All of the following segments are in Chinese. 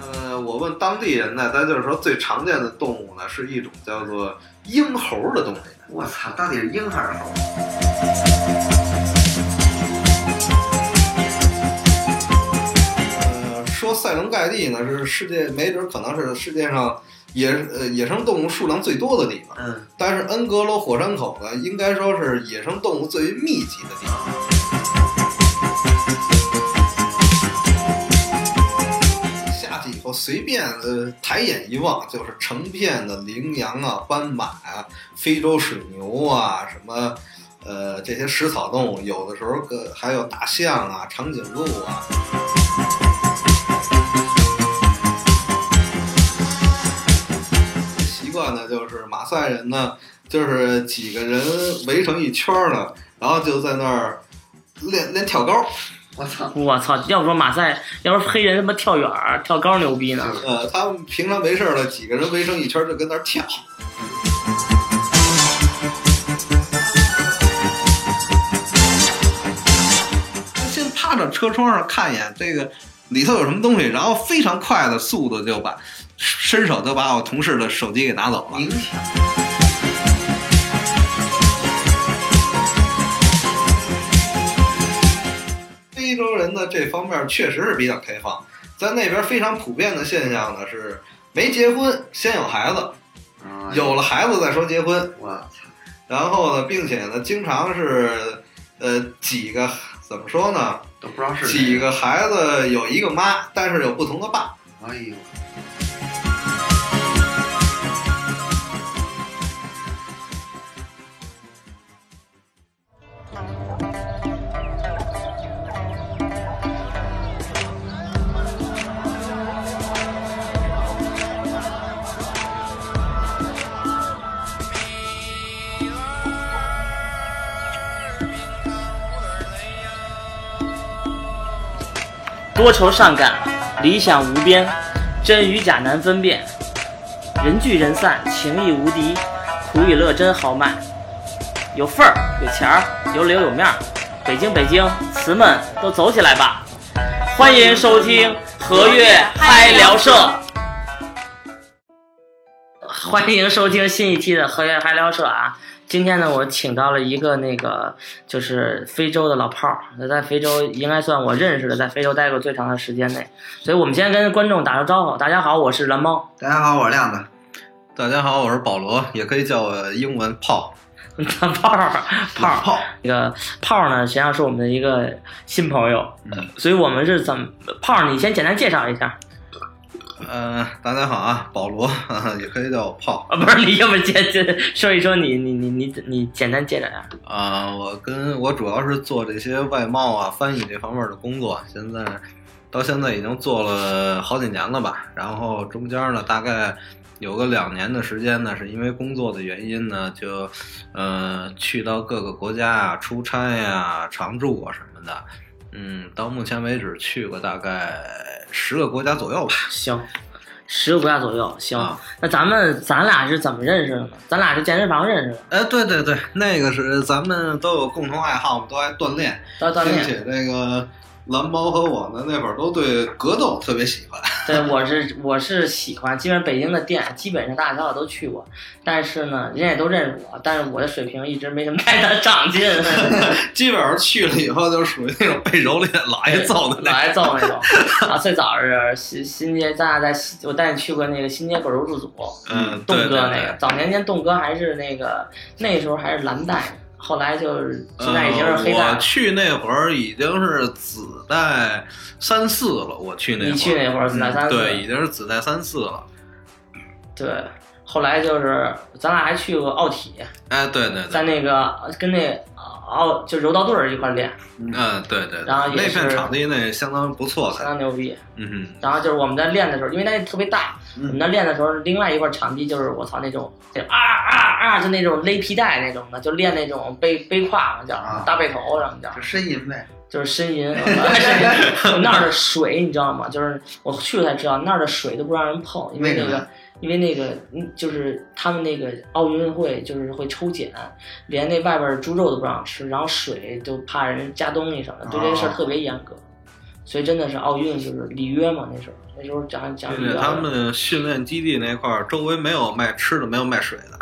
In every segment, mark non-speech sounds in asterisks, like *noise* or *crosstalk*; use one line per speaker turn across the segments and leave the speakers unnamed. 呃问当地人呢，咱就是说最常见的动物呢，是一种叫做鹰猴的东西。
我操，到底是鹰还是猴？
呃，说塞伦盖蒂呢，是世界没准可能是世界上野呃野生动物数量最多的地方，
嗯，
但是恩格罗火山口呢，应该说是野生动物最密集的地方。下去以后，随便呃抬眼一望，就是成片的羚羊啊、斑马啊、非洲水牛啊，什么呃这些食草动物，有的时候个还有大象啊、长颈鹿啊。习惯呢，就是马赛人呢，就是几个人围成一圈儿呢，然后就在那儿练练跳高。
我操，
我操！要不说马赛，要不说黑人他妈跳远儿、跳高牛逼呢？
呃，他们平常没事儿了，几个人围成一圈儿就跟那儿跳。 *laughs* 先趴着车窗上看一眼这个里头有什么东西，然后非常快的速度就把伸手就把我同事的手机给拿走了。
影响。
非洲人呢这方面确实是比较开放，在那边非常普遍的现象呢是没结婚先有孩子，
啊，
有了孩子再说结婚。
我操，
然后呢，并且呢，经常是，呃，几个怎么说呢？
都不知道是谁
几。个孩子有一个妈，但是有不同的爸。
哎呦，
多愁善感，理想无边，真与假难分辨，人聚人散，情谊无敌，苦与乐真豪迈，有份儿，有钱儿，有脸有面儿，北京北京，词们都走起来吧！欢迎收听和悦嗨聊社，欢迎收听新一期的和悦嗨聊社啊！今天呢，我请到了一个那个就是非洲的老炮儿，那在非洲应该算我认识的，在非洲待过最长的时间内。所以我们先跟观众打个招呼，大家好，我是蓝猫。
大家好，我是亮子。
大家好，我是保罗，也可以叫我英文炮
*laughs* 炮儿炮儿，
炮。
那个炮儿呢，实际上是我们的一个新朋友，所以我们是怎么炮儿？你先简单介绍一下
呃，大家好啊，保罗， *laughs* 呵呵也可以叫我炮
啊，不是你要不简简说一说你你你你你简单介绍一下
啊、我跟我主要是做这些外贸啊、翻译这方面的工作，现在到现在已经做了好几年了吧。然后中间呢，大概有个两年的时间呢，是因为工作的原因呢，就呃去到各个国家啊、出差呀、常住啊什么的。嗯，到目前为止去过大概十个国家左右吧。
行。十个国家左右，行。
啊
那咱们咱俩是怎么认识的呢？咱俩是健身房认识的，
哎，对对对，那个是咱们都有共同爱好，我们都爱锻炼。
到锻
并
炼。
且那个蓝猫和我呢，那会儿都对格斗特别喜欢。
对，我是我是喜欢，基本上北京的店基本上大家我都去过，但是呢，人家也都认识我，但是我的水平一直没什么太大长 *laughs* 进，
基本上去了以后，就属于那种被蹂躏、老挨揍的
*laughs*
那
老挨揍
*laughs*
那种。啊，最早是新新街，咱俩在西我带你去过那个新街狗肉自组，
嗯
栋
对
哥
对
那个，
对
早年间栋哥还是那个那时候还是蓝带，后来就是
呃
现在已经是黑带
我
了。
去那会儿已经是子代三四了，我去那会儿，
你去那会儿子代三
嗯
四
对，已经是子代三四了。
对，后来就是咱俩还去过奥体，
哎，对对对，
在那个跟那奥就柔道队儿一块儿练，
嗯，对对对，
然后也
那
是
片场地那相当不错
相
的，
当牛逼。
嗯哼。
然后就是我们在练的时候，因为那特别大，
嗯
我们在练的时候，另外一块场地就是我操那种，就啊啊啊，就那种勒皮带那种的，就练那种背背胯嘛，叫什么
啊
大背头什么叫，
这呻吟呗。
就是
*laughs*
呻吟。我那儿的水你知道吗？就是我去了才知道，那儿的水都不让人碰，因为那
为什
个
么。
因为那个，嗯就是他们那个奥运会就是会抽检，连那外边的猪肉都不让吃，然后水就怕人加东西什么的，对这个事儿
哦
特别严格。所以真的是奥运就是里约嘛，那时候那时候讲讲里
并且
约。
他们训练基地那块儿周围没有卖吃的，没有卖水的。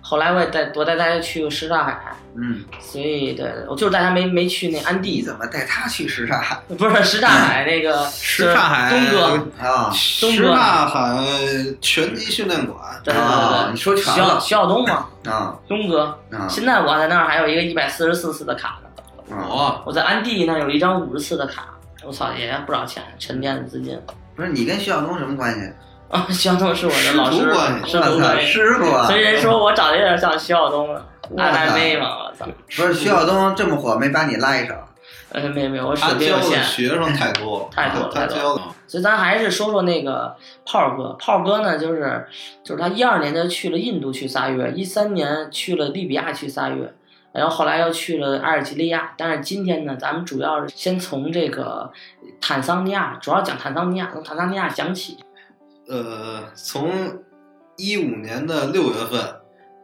后来我也带我带大家去什刹海，
嗯，
所以对我就是大家没没去那
你
安第，
怎么带他去什刹海
不是什刹海
*laughs*
那个
什刹海
东哥，
啊？
东
什
哥
刹海拳击训练馆，
对对
啊，
对
你说
对，
全
徐晓
了
徐晓东嘛，
啊
东哥。
啊
现在我在那儿还有一个一百四十四次的卡呢，
啊！
哦，
我在安第那儿有一张五十次的卡，我操也不少钱，沉淀的资金。
不是你跟徐晓东什么关系？
啊， *laughs* 徐晓东是我的老师
师徒关，系
师徒
我操
关系。
师傅啊
所！以人说我长得有点像徐晓东了，
哇
爱爱妹嘛，我操！
不是徐晓东这么火，没把你拉一手。
呃，没有没有，我
他
水平有
教的
限。嗯
学生太多了，
太多了
他
太多
教的
所以咱还是说说那个炮儿哥。炮儿哥呢，就是就是他一二年就去了印度去仨月，一三年去了利比亚去仨月，然后后来又去了阿尔及利亚。但是今天呢，咱们主要是先从这个坦桑尼亚，主要讲坦桑尼亚，从坦桑尼亚讲起。
呃，从一五年的六月份，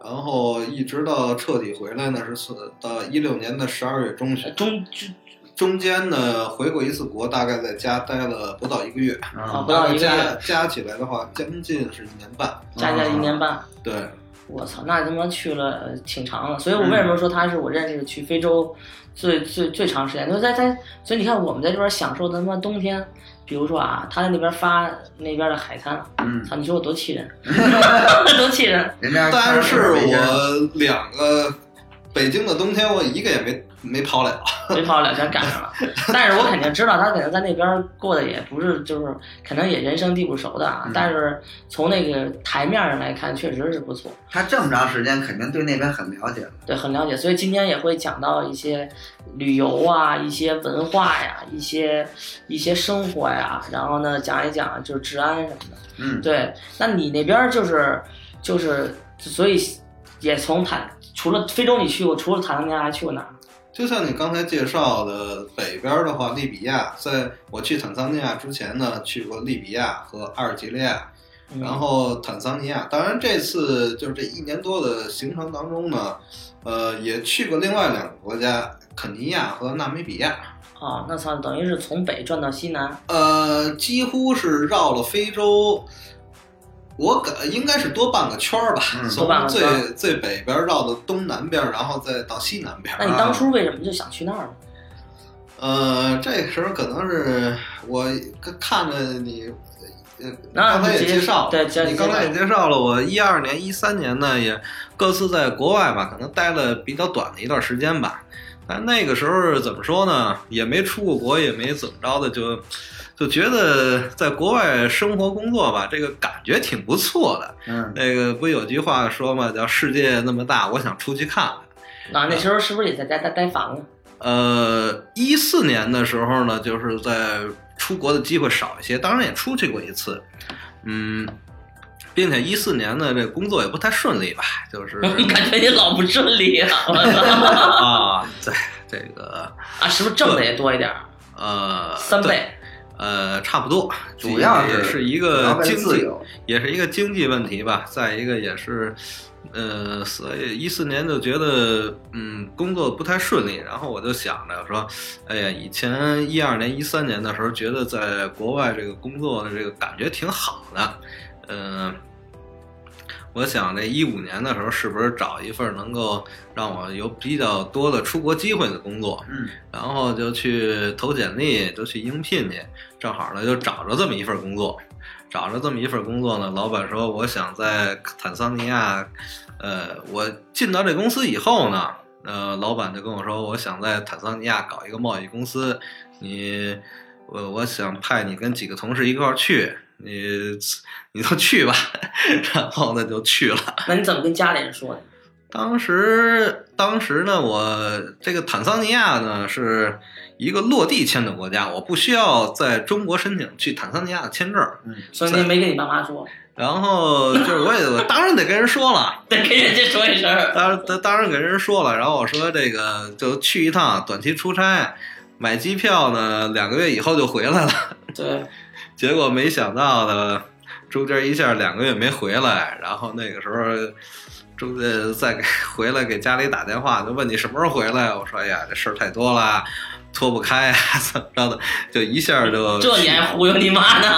然后一直到彻底回来呢，是四到一六年的十二月中旬。
中中
中间呢，回过一次国，大概在家待了不到一个月，
啊，
啊
不到一个
加
月，
加起来的话，将近是一年半。
加起来一年半。
对，
我操，那他妈去了呃挺长了，所以我为什么说他是我认识的去非洲最、最最长时间？就是在在，所以你看我们在这边享受他妈冬天，比如说啊，他在那边发那边的海滩，
嗯，
操，你说我多气人， *laughs* 多气人！
人家
但是我两个北京的冬天，我一个也没没跑了。
没跑两圈赶上了，但是我肯定知道他肯定在那边过得也不是，就是肯定也人生地不熟的啊。
嗯
但是从那个台面上来看，确实是不错。
他这么长时间，肯定对那边很了解了。
对，很了解，所以今天也会讲到一些旅游啊，一些文化呀，一些一些生活呀，然后呢，讲一讲就是治安什么的。
嗯，
对，那你那边儿就是就是，所以也从坦除了非洲你去过，除了坦桑尼亚还去过哪儿？
就像你刚才介绍的，北边的话，利比亚，在我去坦桑尼亚之前呢，去过利比亚和阿尔及利亚，
嗯
然后坦桑尼亚。当然，这次就是这一年多的行程当中呢，呃，也去过另外两个国家，肯尼亚和纳米比亚。
啊，那操，等于是从北转到西南，
呃，几乎是绕了非洲，我感应该是多半个圈儿吧，
嗯
从
多半个圈儿
最最北边绕到东南边，然后再到西南边。
那你当初为什么就想去那儿呢？啊
呃，这个时候可能是我看看着你，呃，
那
刚才也
直接
介绍了，
对介
你刚才也介绍了，我一二年、一三年呢，也各自在国外吧，可能待了比较短的一段时间吧。但那个时候怎么说呢，也没出过国，也没怎么着的，就就觉得在国外生活工作吧，这个感觉挺不错的。
嗯，
那个不有句话说嘛，叫“世界那么大，我想出去看看”。
啊，那时候是不是也在家待待房啊？
呃，一四年的时候呢，就是在出国的机会少一些，当然也出去过一次，嗯，并且一四年呢，这工作也不太顺利吧，就是
感 *laughs* 觉你老不顺利啊！ *laughs* 我操
啊，在这个
啊，是不是挣的也多一点儿？
呃
三倍。
对呃，差不多，
主要是
也是一
主要
个
为了
经
自
济，
由。
也是一个经济问题吧，再一个也是。呃，所以一四年就觉得，嗯，工作不太顺利，然后我就想着说，哎呀，以前一二年、一三年的时候，觉得在国外这个工作的这个感觉挺好的，嗯、我想这一五年的时候，是不是找一份能够让我有比较多的出国机会的工作？
嗯，
然后就去投简历，就去应聘去，正好呢就找着这么一份工作，找着这么一份工作呢，老板说我想在坦桑尼亚，呃，我进到这公司以后呢，呃，老板就跟我说我想在坦桑尼亚搞一个贸易公司，你，我我想派你跟几个同事一块儿去，你你就去吧， *laughs* 然后呢就去了。
那你怎么跟家里人说的？
当时，当时呢，我这个坦桑尼亚呢是一个落地签的国家，我不需要在中国申请去坦桑尼亚的签证。
所以你没跟你爸妈说， *laughs*
然后就是我也我当然得跟人说了，
得跟人家说一声。
当然当然给人说了。然后我说这个就去一趟，短期出差，买机票呢两个月以后就回来了。
对，
结果没想到呢，中间一下两个月没回来，然后那个时候中介再给回来给家里打电话，就问你什么时候回来呀？我说哎呀，这事儿太多了，脱不开呀，怎么着的，就一下
*laughs*
就
这你还忽悠你妈呢？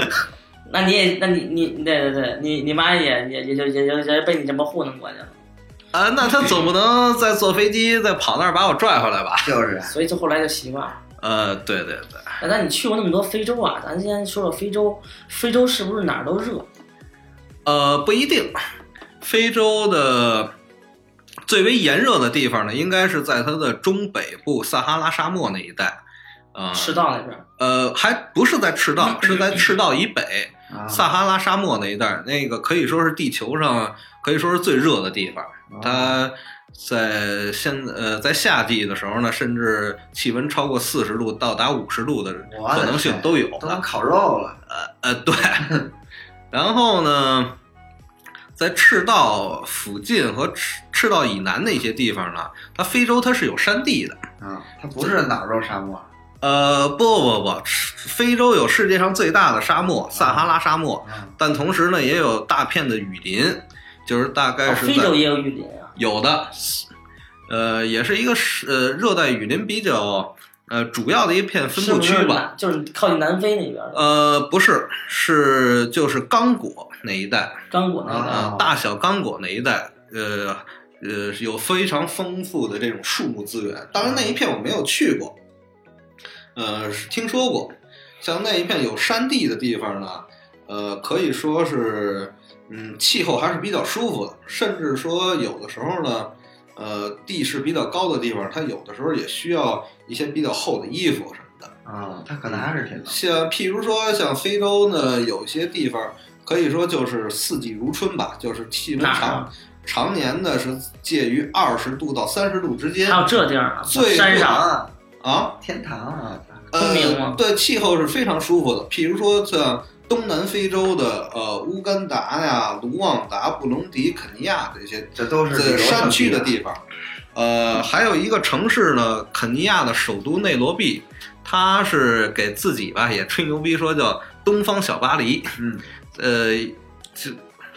*laughs* 那你也，那你你对对对，你你妈也也也就也就也就被你这么糊弄过去了，
啊？那他总不能再坐飞机再跑那儿把我拽回来吧？
就是啊，
所以就后来就习惯了。
呃，对对对，
哎，那你去过那么多非洲啊？咱先说说非洲，非洲是不是哪儿都热？
嗯呃，不一定。非洲的最为炎热的地方呢，应该是在它的中北部撒哈拉沙漠那一带，啊、呃，
赤道那边儿，
呃，还不是在赤道，是在赤道以北，
啊
撒哈拉沙漠那一带儿，那个可以说是地球上可以说是最热的地方。
啊
它在现呃在夏季的时候呢，甚至气温超过四十度，到达五十度的
我的
可能性都有
都能烤肉了，
呃，
*laughs*
对。然后呢，在赤道附近和赤赤道以南的一些地方呢，它非洲它是有山地的。
啊，它不是脑肉沙漠，
呃，不不不，非洲有世界上最大的沙漠——撒哈拉沙漠，
啊，
但同时呢，也有大片的雨林，就是大概
哦
是
非
在
洲也有雨林啊。
有的，呃，也是一个是呃热带雨林比较呃主要的一片分
是
布
不
区
是
吧。
南？就是靠近南非那边儿，
呃，不是，是就是刚果那一带，
刚果那边儿。
啊，大小刚果那一带，呃呃，有非常丰富的这种树木资源。当然那一片我没有去过，呃，是听说过。像那一片有山地的地方呢，呃，可以说是，嗯，气候还是比较舒服的，甚至说有的时候呢。呃，地势比较高的地方，它有的时候也需要一些比较厚的衣服什么的。
啊，它可能还是挺冷，
像譬如说像非洲呢，有些地方可以说就是四季如春吧，就是气温
哪儿
常
啊
常年呢是介于二十度到三十度之间
还有这地儿啊，
最
山
热
上
啊，
啊。
天堂啊，
昆明吗
呃，对，气候是非常舒服的。譬如说像东南非洲的呃乌干达呀、卢旺达、布隆迪、肯尼亚这些
这都是旅
在
游胜
山区的
啊
地方。呃，还有一个城市呢，肯尼亚的首都内罗毕，它是给自己吧也吹牛逼说叫东方小巴黎。
嗯，
呃，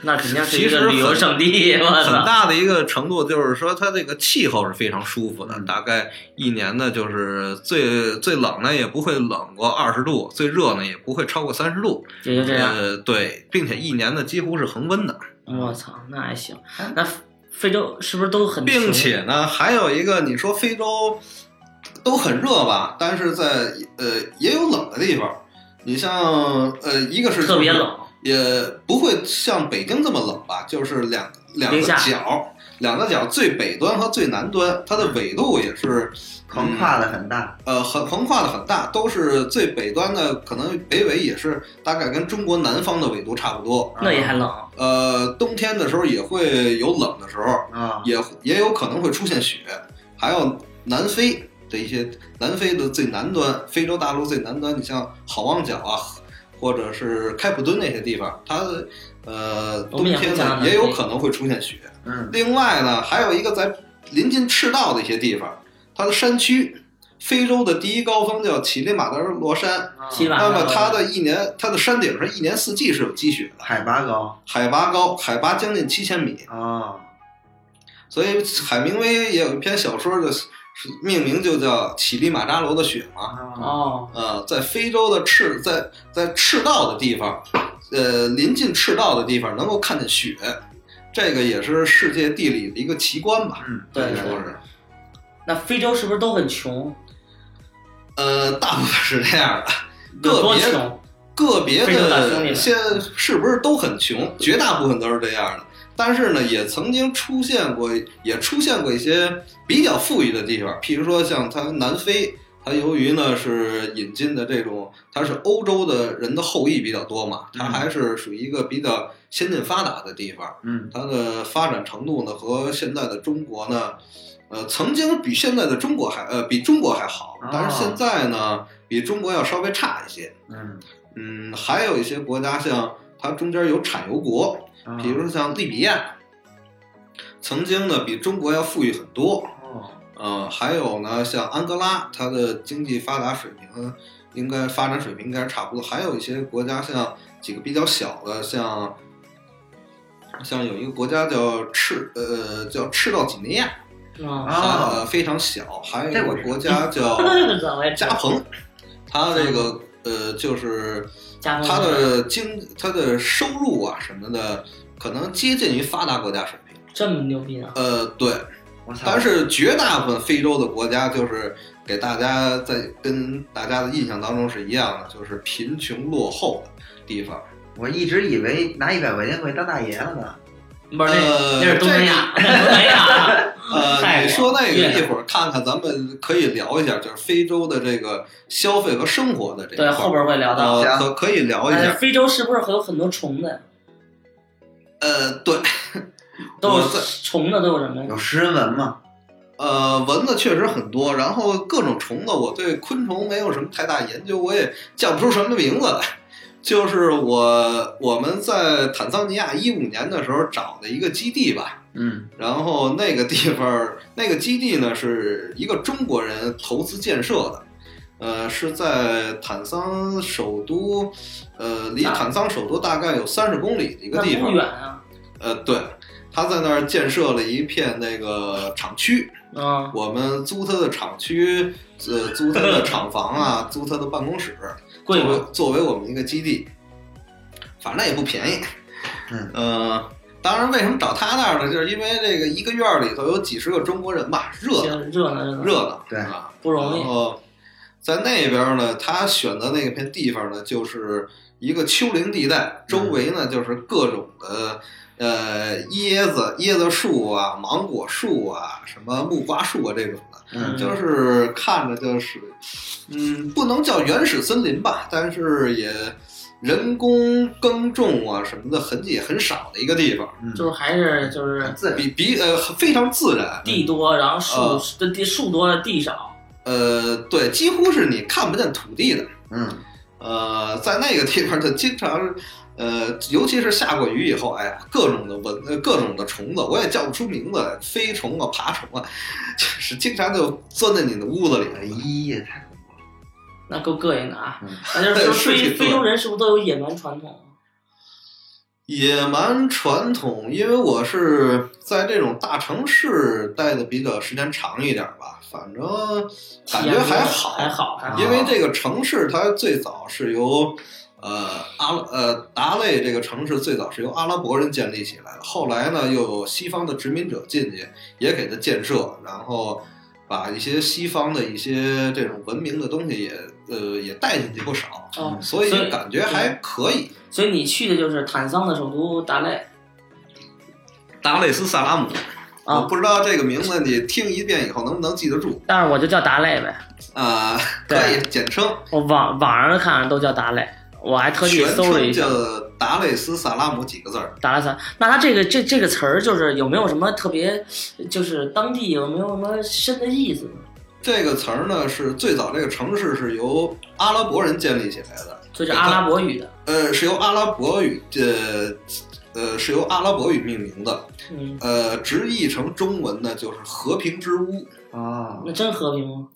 那肯定是一
其实
个
很
旅游胜地，我
很
操！
大的一个程度就是说，它这个气候是非常舒服
嗯
的，大概一年呢，就是最最冷呢也不会冷过二十度，最热呢也不会超过三十度。
也就这样，
呃，对，并且一年呢几乎是恒温的，
我操，那还行。那非洲是不是都很？
并，且呢还有一个，你说非洲都很热吧，但是在呃也有冷的地方。你像呃，一个是
特别，冷，
也不会像北京这么冷吧？就是两两个
零下
角，两个角最北端和最南端，它的纬度也是
横跨的很大，
呃横横跨的很大，都是最北端的，可能北纬也是大概跟中国南方的纬度差不多。
那也还冷。啊
呃，冬天的时候也会有冷的时候，
啊，
也也有可能会出现雪，还有南非的一些南非的最南端，非洲大陆最南端，你像好望角啊，或者是开普敦那些地方，它的呃
我
冬
们也
天
会讲到
呢
南非
也有可能会出现雪。
嗯，
另外呢，还有一个在临近赤道的一些地方，它的山区，非洲的第一高峰叫乞力马扎罗山，
起
啊
码
那么它的一年它的山顶上一年四季是有积雪的，
海拔高
海拔高，海拔将近七千米。
啊，
所以海明威也有一篇小说的是命名就叫《乞力马扎罗的雪》嘛。
啊，
哦，
呃，在非洲的赤在在赤道的地方，呃，临近赤道的地方能够看见雪，这个也是世界地理的一个奇观吧，
嗯，
可
对
以
对
说
对。
是。
那非洲是不是都很穷？
呃，大部分是这样的，
有
个
多
别
穷？
个别
非洲大兄弟
的
们
现在是不是都很穷？绝大部分都是这样的。但是呢，也曾经出现过，也出现过一些比较富裕的地方，譬如说像它南非，它由于呢是引进的这种，它是欧洲的人的后裔比较多嘛，它
嗯
还是属于一个比较先进发达的地方，
嗯，
它的发展程度呢和现在的中国呢，呃，曾经比现在的中国还呃比中国还好
哦，
但是现在呢比中国要稍微差一些。
嗯，
嗯，还有一些国家像它中间有产油国，
啊
比如说像利比亚，曾经呢比中国要富裕很多。
哦，
嗯，还有呢像安哥拉，它的经济发达水平应该发展水平应该是差不多。还有一些国家像几个比较小的，像像有一个国家叫赤呃叫赤道几内亚，
啊，
它
啊，
非常小，还有一
这
个
我知道
国家叫
怎么也
加蓬，它这个呃就是
加
它的
嗯
经它的收入啊什么的，可能接近于发达国家水平。
这么牛逼呢？
呃，对，
我操！
但是绝大部分非洲的国家就是给大家在跟大家的印象当中是一样的，就是贫穷落后的地方。
我一直以为拿一百块钱会当大爷了呢。
不是那
呃
那是东南亚， *laughs* 啊那是东南亚。泰
*laughs* 呃，
国
你说那
越
个
南
一会儿看看，咱们可以聊一下，就是非洲的这个消费和生活的这一块
对，
儿。
后边会聊到。
呃
行
可可以聊一
哎，
下。
非洲是不是有很多虫子？
呃，对，
都有
我在
虫子都有什么呀？
有食人纹吗？
呃，蚊子确实很多，然后各种虫子，我对昆虫没有什么太大研究，我也叫不出什么名字来。就是我我们在坦桑尼亚一五年的时候找的一个基地吧，
嗯，
然后那个地方儿那个基地呢是一个中国人投资建设的，呃，是在坦桑首都，呃，离
啊
坦桑首都大概有三十公里的一个
那
地
不
方，
远啊，
呃，对，他在那儿建设了一片那个厂区，
嗯，
我们租他的厂区，呃，租他的厂房啊，租他的办公室，
贵
作为
吗？
作为我们一个基地，反正也不便宜。
嗯
呃，当然为什么找他那儿呢？就是因为这个一个院儿里头有几十个中国人吧，热闹
行，热闹热闹，
热闹，
对
啊，
不容易
然后在那边儿呢，他选的那片地方呢，就是一个丘陵地带，周
嗯
围呢就是各种的。呃，椰子、椰子树啊，芒果树啊，什么木瓜树啊，这种的，
嗯
就是看着就是，嗯，不能叫原始森林吧，但是也人工耕种啊什么的痕迹也很少的一个地方，
嗯，
就是还是就是
自然。
比比呃非常自然，
地多，然后
呃
树这地树多地少，
呃，对，几乎是你看不见土地的。
嗯，
呃，在那个地方，它经常，呃，尤其是下过雨以后，哎呀，各种的蚊，呃各种的虫子，我也叫不出名字来，飞虫啊、爬虫啊， *laughs* 就是经常就钻在你的屋子里。
哎呀，太恐怖了。
那够膈应的啊
嗯。
那就是说
是
非
挺
非洲人是不是都有野蛮传统？
野蛮传统，因为我是在这种大城市待的比较时间长一点吧，反正感觉还好，嗯
还好，还好。
因为这个城市它最早是由呃阿拉呃达累这个城市最早是由阿拉伯人建立起来的，后来呢又有西方的殖民者进去，也给它建设，然后把一些西方的一些这种文明的东西也呃也带进去不少，
哦，
所以
所以
感觉还可以。
所以你去的就是坦桑的首都达累
达累斯萨拉姆，
啊
我不知道这个名字你听一遍以后能不能记得住
但是我就叫达累呗，
啊、
对
可以简称，
我网网上看着都叫达累，我还特地
全
搜了
称
一下
叫达累斯萨拉姆几个字儿。
达拉萨。那他这个这这个词儿就是有没有什么特别，就是当地有没有什么深的意思呢？
这个词儿呢，是最早这个城市是由阿拉伯人建立起来的，
就是阿拉伯语的，
呃，是由阿拉伯语呃呃是由阿拉伯语命名的，
嗯，
呃，直译成中文呢就是和平之屋，
哦，
那真和平 *laughs* 吗？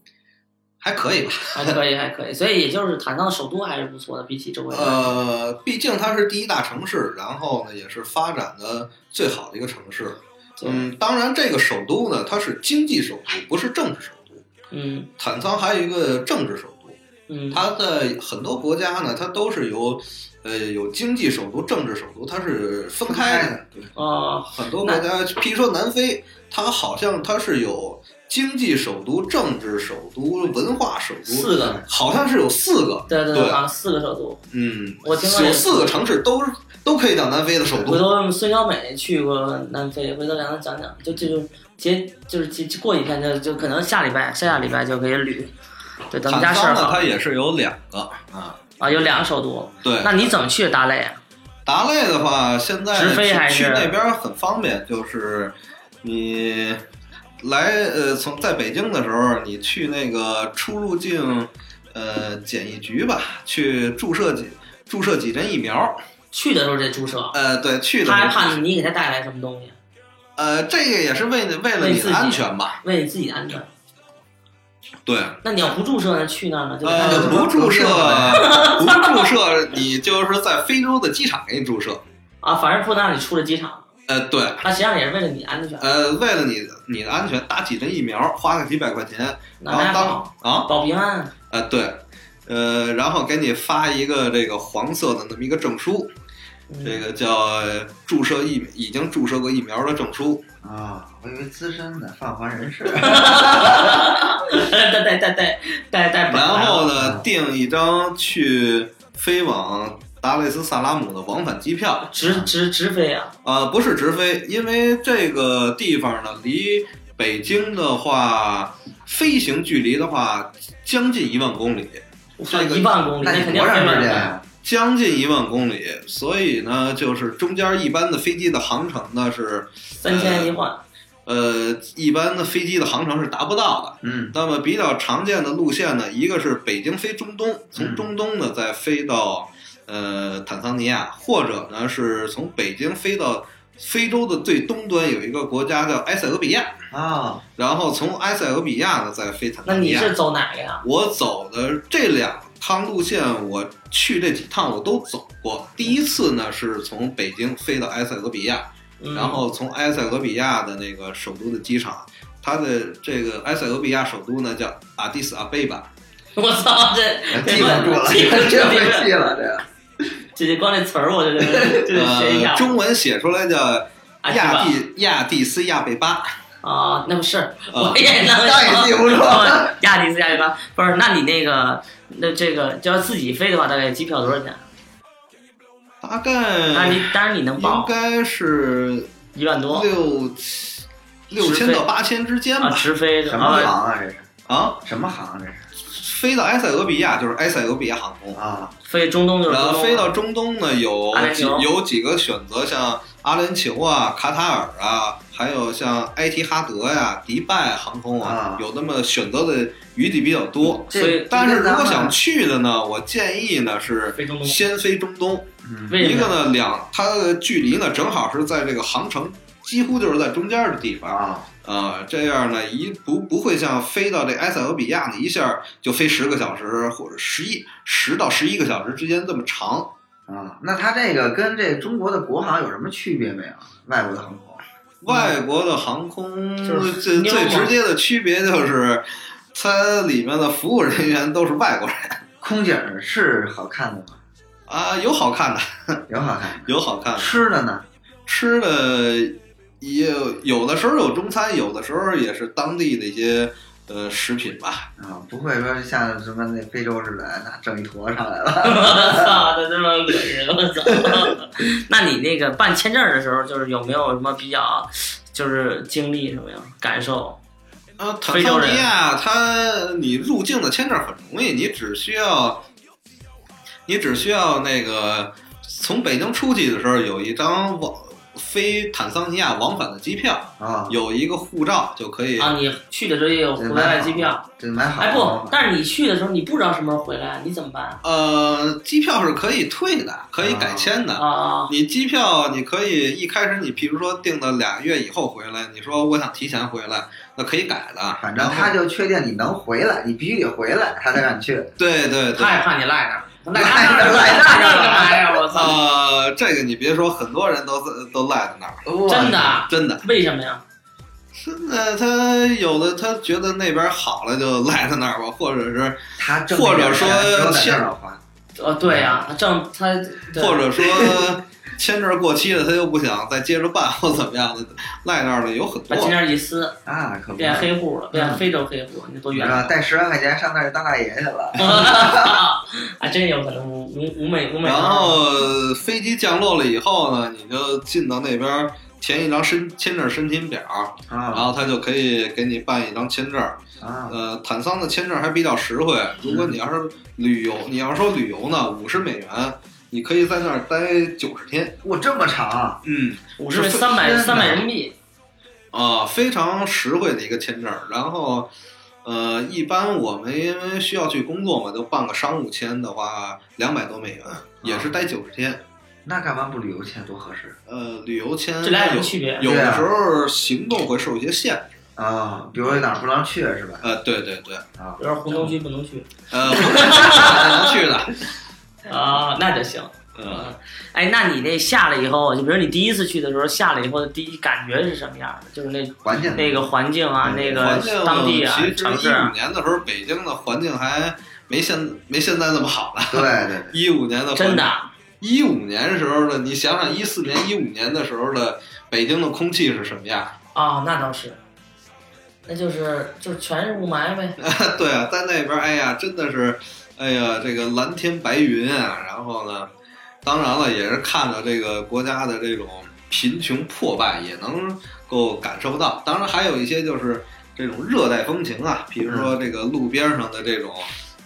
还可以吧？
还可以，还可以。所以也就是坦桑的首都还是不错的，比起周围。
呃，毕竟它是第一大城市，然后呢也是发展的最好的一个城市。
对哎
嗯，当然这个首都呢，它是经济首都，不是政治首都。
嗯
坦桑还有一个政治首都，
嗯，
它在很多国家呢，它都是由，呃，有经济首都、政治首都，它是分开的。对
哦，
很多国家，譬如说南非，它好像它是有经济首都、政治首都、文化首都，
四个，
好像是有四个。
对对对，
对
好像四个首都。
嗯，
我听说
有四个城市都是都可以叫南非的首都。
回头孙小美去过南非，回头让她讲讲，就就就节就是节过几天就就可能下礼拜下下礼拜就可以捋。对，咱们家
坦
事儿
桑呢，
好
它也是有两个啊。
啊，有两个首都。
对，
那你怎么去的达累啊？
达累的话，现在
直飞还是
去去那边很方便，就是你来呃，从在北京的时候，你去那个出入境呃检疫局吧，去注射几注射几针疫苗。
去的时候这注射，
呃，对，去的
他还
时候
怕你给他带来什么东西，
呃，这个也是为了为了
为
你
自己
的安全吧？
为你自己的安全。
对。
那你要不注射呢？去那儿呢？就给他
呃，
就
不注射
注射，
不注射，你就是在非洲的机场给你注射。
啊，反正不能让你出了机场。
呃，对，
那实际上也是为了你安全。
呃，为了你你的安全，打几针疫苗，花个几百块钱，
那
然后
还
当
好，
啊，
保平安。
呃，对，呃，然后给你发一个这个黄色的那么一个证书，
嗯
这个叫呃注射疫已经注射过疫苗的证书。
啊，我以为资深的泛黄人士。
哦嗯 *laughs* 带带带带带带本
然后
哎来
呢，订一张去飞往达累斯萨拉姆的往返机票。
直直直飞啊，
呃，不是直飞，因为这个地方呢离北京的话，飞行距离的话将近一万公里。
我靠，
这个
一万公里，
那
那
你
肯
*laughs*
定
多
飞
长时
满
间
了。
啊？
将近一万公里，所以呢，就是中间一般的飞机的航程呢是，
三千一
哎
换，
呃，一般的飞机的航程是达不到的。
嗯，
那么比较常见的路线呢，一个是北京飞中东，从中东呢再飞到呃坦桑尼亚，或者呢是从北京飞到非洲的最东端有一个国家叫埃塞俄比亚，
啊，
然后从埃塞俄比亚呢再飞坦
那
桑尼
你
亚。
是走哪个呀？
我走的这两趟路线，我去这几趟我都走过。第一次呢是从北京飞到埃塞俄比亚，
嗯
然后从埃塞俄比亚的那个首都的机场，它的这个埃塞俄比亚首都呢叫阿迪斯阿贝巴，
*laughs* 我操，这
记不住了，
记不住
*laughs* 这
了
回记了这。
这这光这词儿我就
*laughs*
得就得学一下
呃，。中文写出来叫
啊
亚
是吧
蒂亚蒂斯亚贝巴，
啊，那不是
呃
我也那
那也记
*laughs*
不住
亚迪斯亚迪巴不是？那你那个那这个就要自己飞的话，大概机票多少钱？
大
那
概
你当然你能
应
嗯
报
该是
一万多
六六千到八千之间
啊，
吧。
直飞
什么
啊，
行啊？这是
啊，
什么行啊？这是
飞到埃塞俄比亚就是埃塞俄比亚航空。
啊，
飞中东就是
然
中
后
东
飞到中东呢，有
阿联
几
酋
有几个选择，像阿联酋啊、卡塔尔啊，还有像埃提哈德呀、迪拜航空啊
啊，
有那么选择的余地比较多。
所以
但是如果想去的呢，我建议呢是
飞中东
先飞中东，
嗯
为
一
什
个
么呀？
呢两它的距离呢正好是在这个航程几乎就是在中间的地方。
啊，
啊，这样呢，一不不会像飞到这埃塞俄比亚呢，一下就飞十个小时或者十一十到十一个小时之间这么长。
啊，那它这个跟这中国的国航有什么区别没有？外国的航空
外国的航空
就是
最
妞
最
嘛
直接的区别就是，它里面的服务人员都是外国人
空姐儿是好看的吗？
啊，有好看的，
有好看
有好看
的，
的，
吃的呢？
吃的也有有的时候有中餐，有的时候也是当地的一些呃食品吧。
啊，不会说像什么那非洲似的，那整一坨上来了。
我操，这他妈恶心人！我操。 *laughs* 那你那个办签证的时候，就是有没有什么比较，就是经历什么呀？感受？
啊，坦
非洲
桑
人
尼亚它啊你入境的签证很容易，你只需要你只需要那个从北京出去的时候有一张往飞坦桑尼亚往返的机票，
啊，
有一个护照就可以。
啊，你去的时候也有回来的机票？
这蛮好。
哎不，但是你去的时候你不知道什么时候回来，你怎么办？
呃，机票是可以退的，可以改签的。
啊，
你机票你可以一开始你，比如说定的俩月以后回来，你说我想提前回来，那可以改的。
反
然
正
后
他就确定你能回来，你必须得回来，他才让你去。
对对对
他，也怕你赖那儿，赖
赖
那
那
儿
儿赖
赖那
那
儿
儿
干嘛呀？我操！
呃，这个你别说，很多人都在都赖在那儿，
哦
真的啊？
真的。
为什么呀？
真的，他有的他觉得那边好了就赖在那儿吧，或者是
他挣
或者
那点儿
说
钱只有在
欠
这儿花。
哦，对呀，他挣他对
或者说签证过期了，他又不想再接着办或怎么样的，赖那儿的有很
把
多。
签证一撕，
啊，可不
变
是。
黑户了，变非洲黑户，你多啊
你
冤
知
枉！
道啊带十万块钱上那儿当大爷去了。
啊， *laughs* 真有可能无无无美啊无美。
然后飞机降落了以后呢，你就进到那边填一张申签证申请表，然
啊
后他就可以给你办一张签证。
啊
呃，坦桑的签证还比较实惠。如果你要是旅游，你要说旅游呢，五十美元，你可以在那儿待九十天。
我这么长啊，
嗯，
五十嗯三百
天哪
三百人民币，
啊、非常实惠的一个签证。然后，呃，一般我们因为需要去工作嘛，就办个商务签的话，两百多美元，也是待九十天。
那干嘛不旅游签多合适
呃，旅游签
这俩有什
有
么区别？
有
对
的
啊
时候行动会受一些限制。
啊？比如哪儿不能去是吧？
呃，对对对，
啊
*laughs* 比如说红灯区不能去 *laughs*
呃，不是不能去的。
嗯啊，那就行。
嗯，
哎，那你那下来以后，就比如你第一次去的时候，下来以后的第一感觉是什么样的？就是那
环境
那个嗯环境啊，那
环
个
境
当地啊
其实，
城
一
市啊
五年的时候，北京的环境还没现没现在那么好了。 *laughs*
对对，
一五年的环
真的，
一五年时候的，你想想一四年、一五年的时候的北京的空气是什么样？
啊、那倒是，那就是就全是雾霾呗。
*laughs* 对啊，在那边，哎呀，真的是，哎呀，这个蓝天白云啊，然后呢，当然了，也是看着这个国家的这种贫穷破败，也能够感受到。当然，还有一些就是这种热带风情啊，比如说这个路边上的这种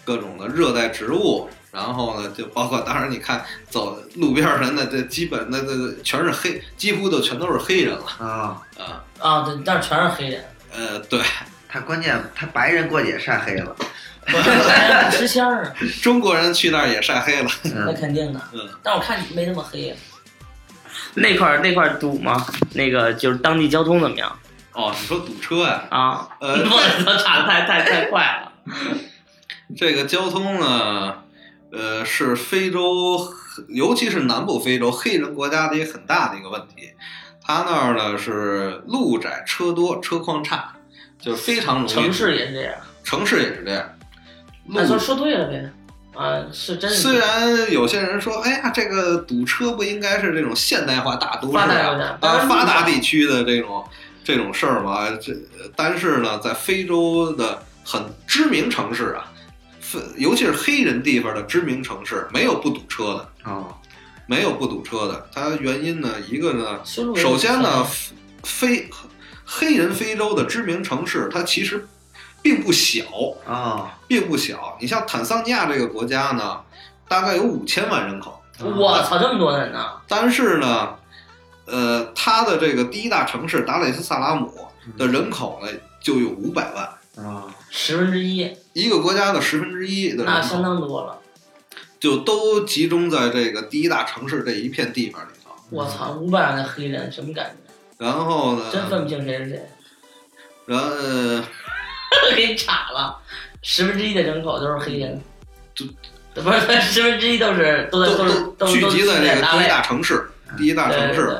各种的热带植物。然后呢，就包括当然，你看走路边上那这基本那那全是黑，几乎都全都是黑人了。
啊，
啊，
啊，对，但是全是黑人，
呃，对， *laughs*
他关键他白人过去也晒黑了，
白人吃香 *laughs* 啊，
中国人去那儿也晒黑了。
那
嗯，
肯定的。
嗯，
但我看没那么黑、那块儿那块儿堵吗？那个就是当地交通怎么样
哦，你说堵车呀、
啊？ *laughs*
呃
我操，差的太太太快了。
这个交通呢，呃，是非洲，尤其是南部非洲黑人国家的一个很大的一个问题。他那儿呢是路窄车多，车况差，就非常容易。
城市也是这样。
城市也是这样。路
那说说对了呗，啊，是真
虽
是
然有些人说，哎呀，这个堵车不应该是这种现代化大都市
发达国
啊
家，当
啊
然
发达地区的这种这种事儿嘛？这但是呢，在非洲的很知名城市啊，非尤其是黑人地方的知名城市，没有不堵车的，
哦，
没有不堵车的。它原因呢，一个呢，
修路也
首先呢
很，
非黑人非洲的知名城市，它其实并不小，
哦，
并不小。你像坦桑尼亚这个国家呢，大概有五千万人口，
嗯
少，我操，这么多人呢！
但是呢，呃，它的这个第一大城市达累斯萨拉姆的人口呢就有五百万，
啊，
十分之一，
一个国家的十分之一的
那
人
相
口
当多了。
就都集中在这个第一大城市这一片地方里头。
我操，五百万的黑人什么感觉？
然后
真
呢，
分不清谁是谁， *laughs*
然后呃
给你岔了。十分之一的人口都是黑人，
就
*laughs* 不是十分之一都是都在
都
都是
都聚集在这个第一大城市，第一大城
嗯
市。，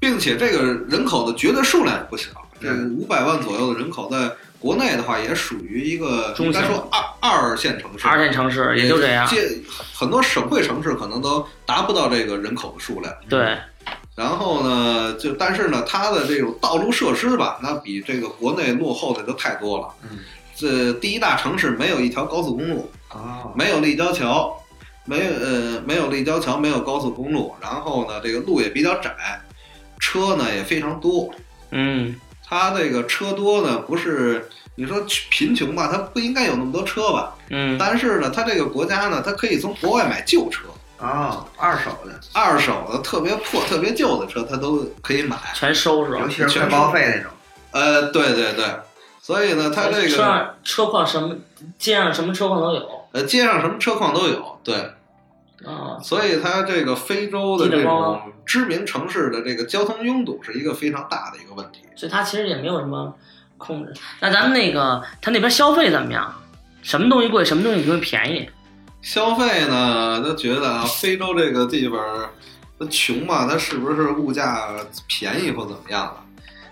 并且这个人口的绝对数量也不小，这
嗯
五百万左右的人口，在国内的话也属于一个
中
应
型
该说二二线城市，
二线城市也就这样。
接很多省会城市可能都达不到这个人口的数量。
对，
然后呢，就但是呢，它的这种道路设施吧，那比这个国内落后的就太多了。
嗯，
这第一大城市没有一条高速公路，
哦，
没有立交桥，没有呃没有立交桥，没有高速公路。然后呢，这个路也比较窄，车呢也非常多。
嗯，
他这个车多呢，不是你说贫穷吧，他不应该有那么多车吧？
嗯，
但是呢，他这个国家呢，他可以从国外买旧车，
哦，二手的，
二手的特别破、特别旧的车，他都可以买。
全收拾
尤
了。
其是快报废那种，
呃，对对对，所以呢，他这
车啊
个
上车况什么，街上什么车况都有
呃，街上什么车况都有，对，
啊。
所以他这个非洲的
记得
这
吗
种知名城市的这个交通拥堵是一个非常大的一个问题。
所以他其实也没有什么控制。那咱们那个他那边消费怎么样？什么东西贵，什么东西会便宜？
消费呢，他觉得啊，非洲这个地方儿，它穷嘛，它是不是物价便宜或怎么样了？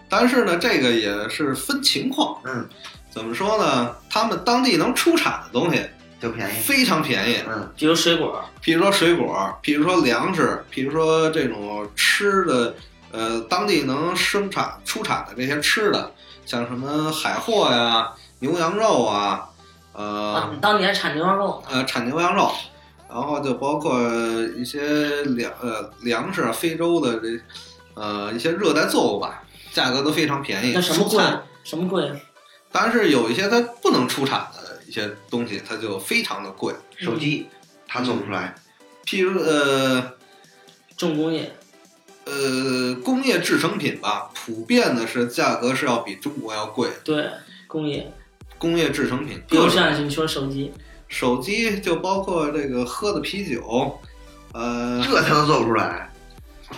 但是呢，这个也是分情况。
嗯，
怎么说呢？他们当地能出产的东西
就
哎
便宜，
非常便宜，
嗯，
比如水果，
比如说水果，比如说粮食，比如说这种吃的，呃，当地能生产出产的这些吃的，像什么海货呀、牛羊肉啊，呃，
啊，当年产牛羊肉
呃产牛羊肉，然后就包括一些粮呃粮食啊，非洲的这呃一些热带作物吧，价格都非常便宜。
那什么
蔬
贵
菜，？
什么贵？
但是有一些它不能出产的一些东西，它就非常的贵。
手机他做不出来，
譬如呃
嗯重工业
呃工业制成品吧，普遍的是价格是要比中国要贵。
对工业，
工业制成品，
比如
各种
像你说手机，
手机就包括这个喝的啤酒，呃
这他都做不出来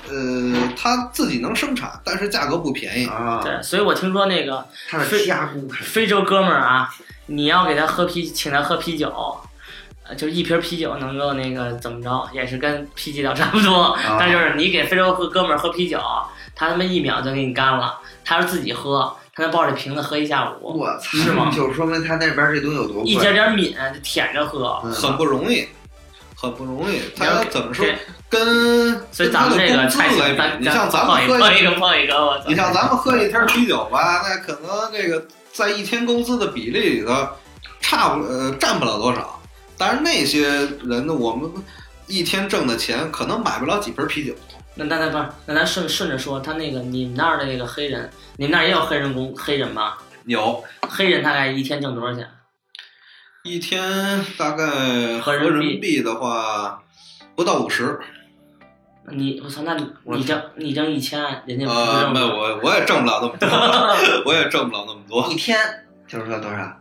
呃，它自己能生产，但是价格不便宜。
啊，
对，所以我听说那个
他的加工肯定
非洲哥们儿啊，你要给他喝啤，请他喝啤酒，呃就是一瓶啤酒能够那个怎么着，也是跟脾气倒差不多。
啊
但就是你给非洲哥哥们儿喝啤酒，他他妈一秒就给你干了。他是自己喝，他能抱着瓶子喝一下午，
我操，
是吗
就说明他那边这东西有多贵。
一点点抿就舔着喝。
嗯
很不容易，很不容易。他
你要
要
给
怎么说
给？
跟
所以
跟
咱
他
们
的
这
工
个
资
才行，
来
咱
比，你像咱
碰
们
一
喝
碰一个碰一个，我操！
你像咱们喝一瓶啤酒吧，那可能那个在一天工资的比例里头，差不呃占不了多少。但是那些人呢，我们一天挣的钱可能买不了几瓶啤酒。
那那那不是，那咱顺顺着说，他那个你们那儿的那个黑人，你们那儿也有黑人工黑人吧？
有
黑人大概一天挣多少钱？
一天大概合
合人民币
人民币的话，不到五十。
你我操，那你
我
你挣你挣一千，人家不
呃，
挣
没有，
吗。
我我也挣不了那么
*laughs*
多，我也挣不了那么多，
一天就是说多少？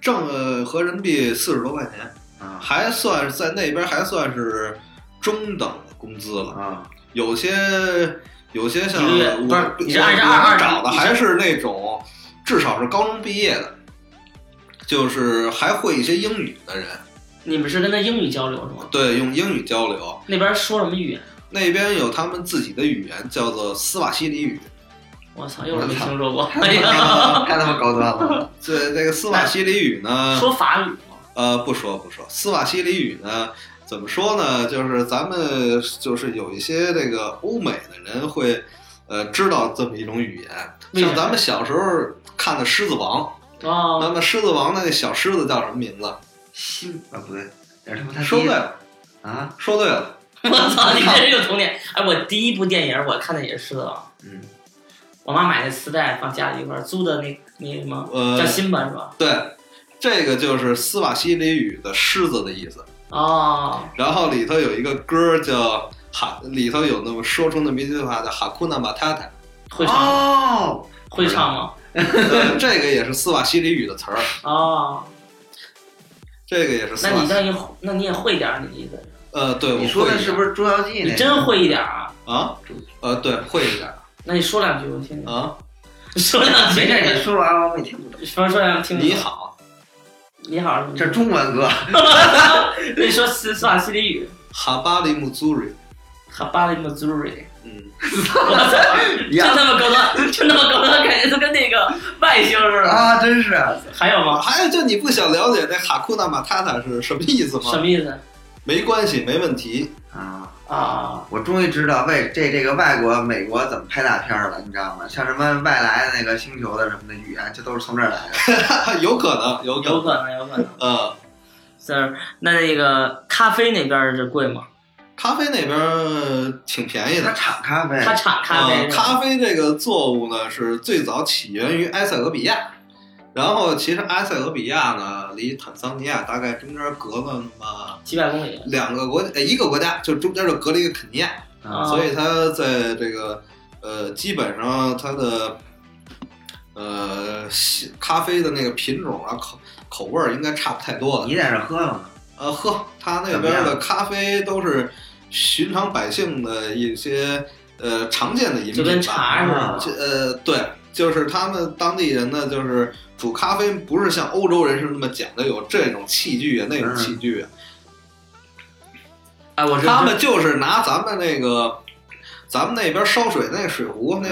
挣了合人民币四十多块钱，
啊
还算是在那边还算是中等的工资了。
啊，
有些有些像
一个月
我
不是
我
你是按照
我
二二
找的
你是
还是那种至少是高中毕业的，就是还会一些英语的人，
你们是跟他英语交流是吗？
对，用英语交流。
那边说什么语言？
那边有他们自己的语言，叫做斯瓦希里语。
我操，又是没听说过。哎
太
呀，
他妈高端 *laughs* 了。
这这个斯瓦希里语呢，
说法语吗？
呃，不说不说，斯瓦希里语呢，怎么说呢？就是咱们就是有一些这个欧美的人会，呃，知道这么一种语言，
为啥
像咱们小时候看的《狮子王》。那
哦，
么狮子王那个小狮子叫什么名字？
新啊不对，那是他妈他
说
爹
对了，
啊，
说对了。
我操，你这有童年。哎，我第一部电影我看的也是《狮子王》，
嗯，
我妈买的磁带放家里一块儿租的那那什么
呃
叫，新版是吧？
对，这个就是斯瓦西里语的狮子的意思。
哦，
然后里头有一个歌叫哈，里头有那么说出那么一句话叫哈库纳马塔
*laughs*
塔，
会唱吗
哦，
会唱吗？
呃这个也是斯瓦西里语的词儿，
哦，
这个也是斯
那
瓦
你
西。
那你那你也会点儿，你的意思是？
呃，对，我
你说
会
的
一
是
点
不是《捉妖记》那
你
个？
真会一点儿啊？
啊？呃，对，会一点
那你说两句我听听。
啊。
说两句
没，事，你说完我们也听不懂，
说说两句听。
你，好，
你好，
这是中文歌。
那 *laughs* 你说斯斯瓦西里语，
哈巴里姆祖瑞，
哈巴里 Missouri。
嗯，
我操，
一
真
样
他妈高端，真他妈高端，感觉都跟那个外星似的。
啊，真是
还有吗？
还有啊哎就你不想了解这哈库纳马塔塔是什么意思
什
吗？
么意思
没关系，没问题。 *laughs*
啊。
啊？
我终于知道为这这个外国美国怎么拍大片了，你知道吗？像什么外来的那个星球的什么的语言，这都是从这儿来 *laughs* 的。
有可能，有可
有
能，
可能，有可能。
嗯。
就是那那个咖啡那边儿是贵吗？
咖啡那边儿挺便宜
它
的。
产咖啡，
他产咖啡
呃
是吧，
咖啡这个作物呢，是最早起源于埃塞俄比亚，然后其实埃塞俄比亚呢，离坦桑尼亚大概中间隔了那么
几百公里。
两个国，呃，一个国家，就中间就隔了一个肯尼亚，
啊
所以它在这个呃，基本上它的呃西咖啡的那个品种啊，口口味儿应该差不太多的。
你在这喝了吗？
呃，喝，他那
怎么
边
样
的咖啡都是寻常百姓的一些呃常见的饮
就跟
品吧。
茶似
啊
的
这，呃，对，就是他们当地人呢，就是煮咖啡不是像欧洲人是那么讲究有这种器具啊，那种器具啊，
哎，我知道
他们就是拿咱们那个咱们那边烧水那水壶，那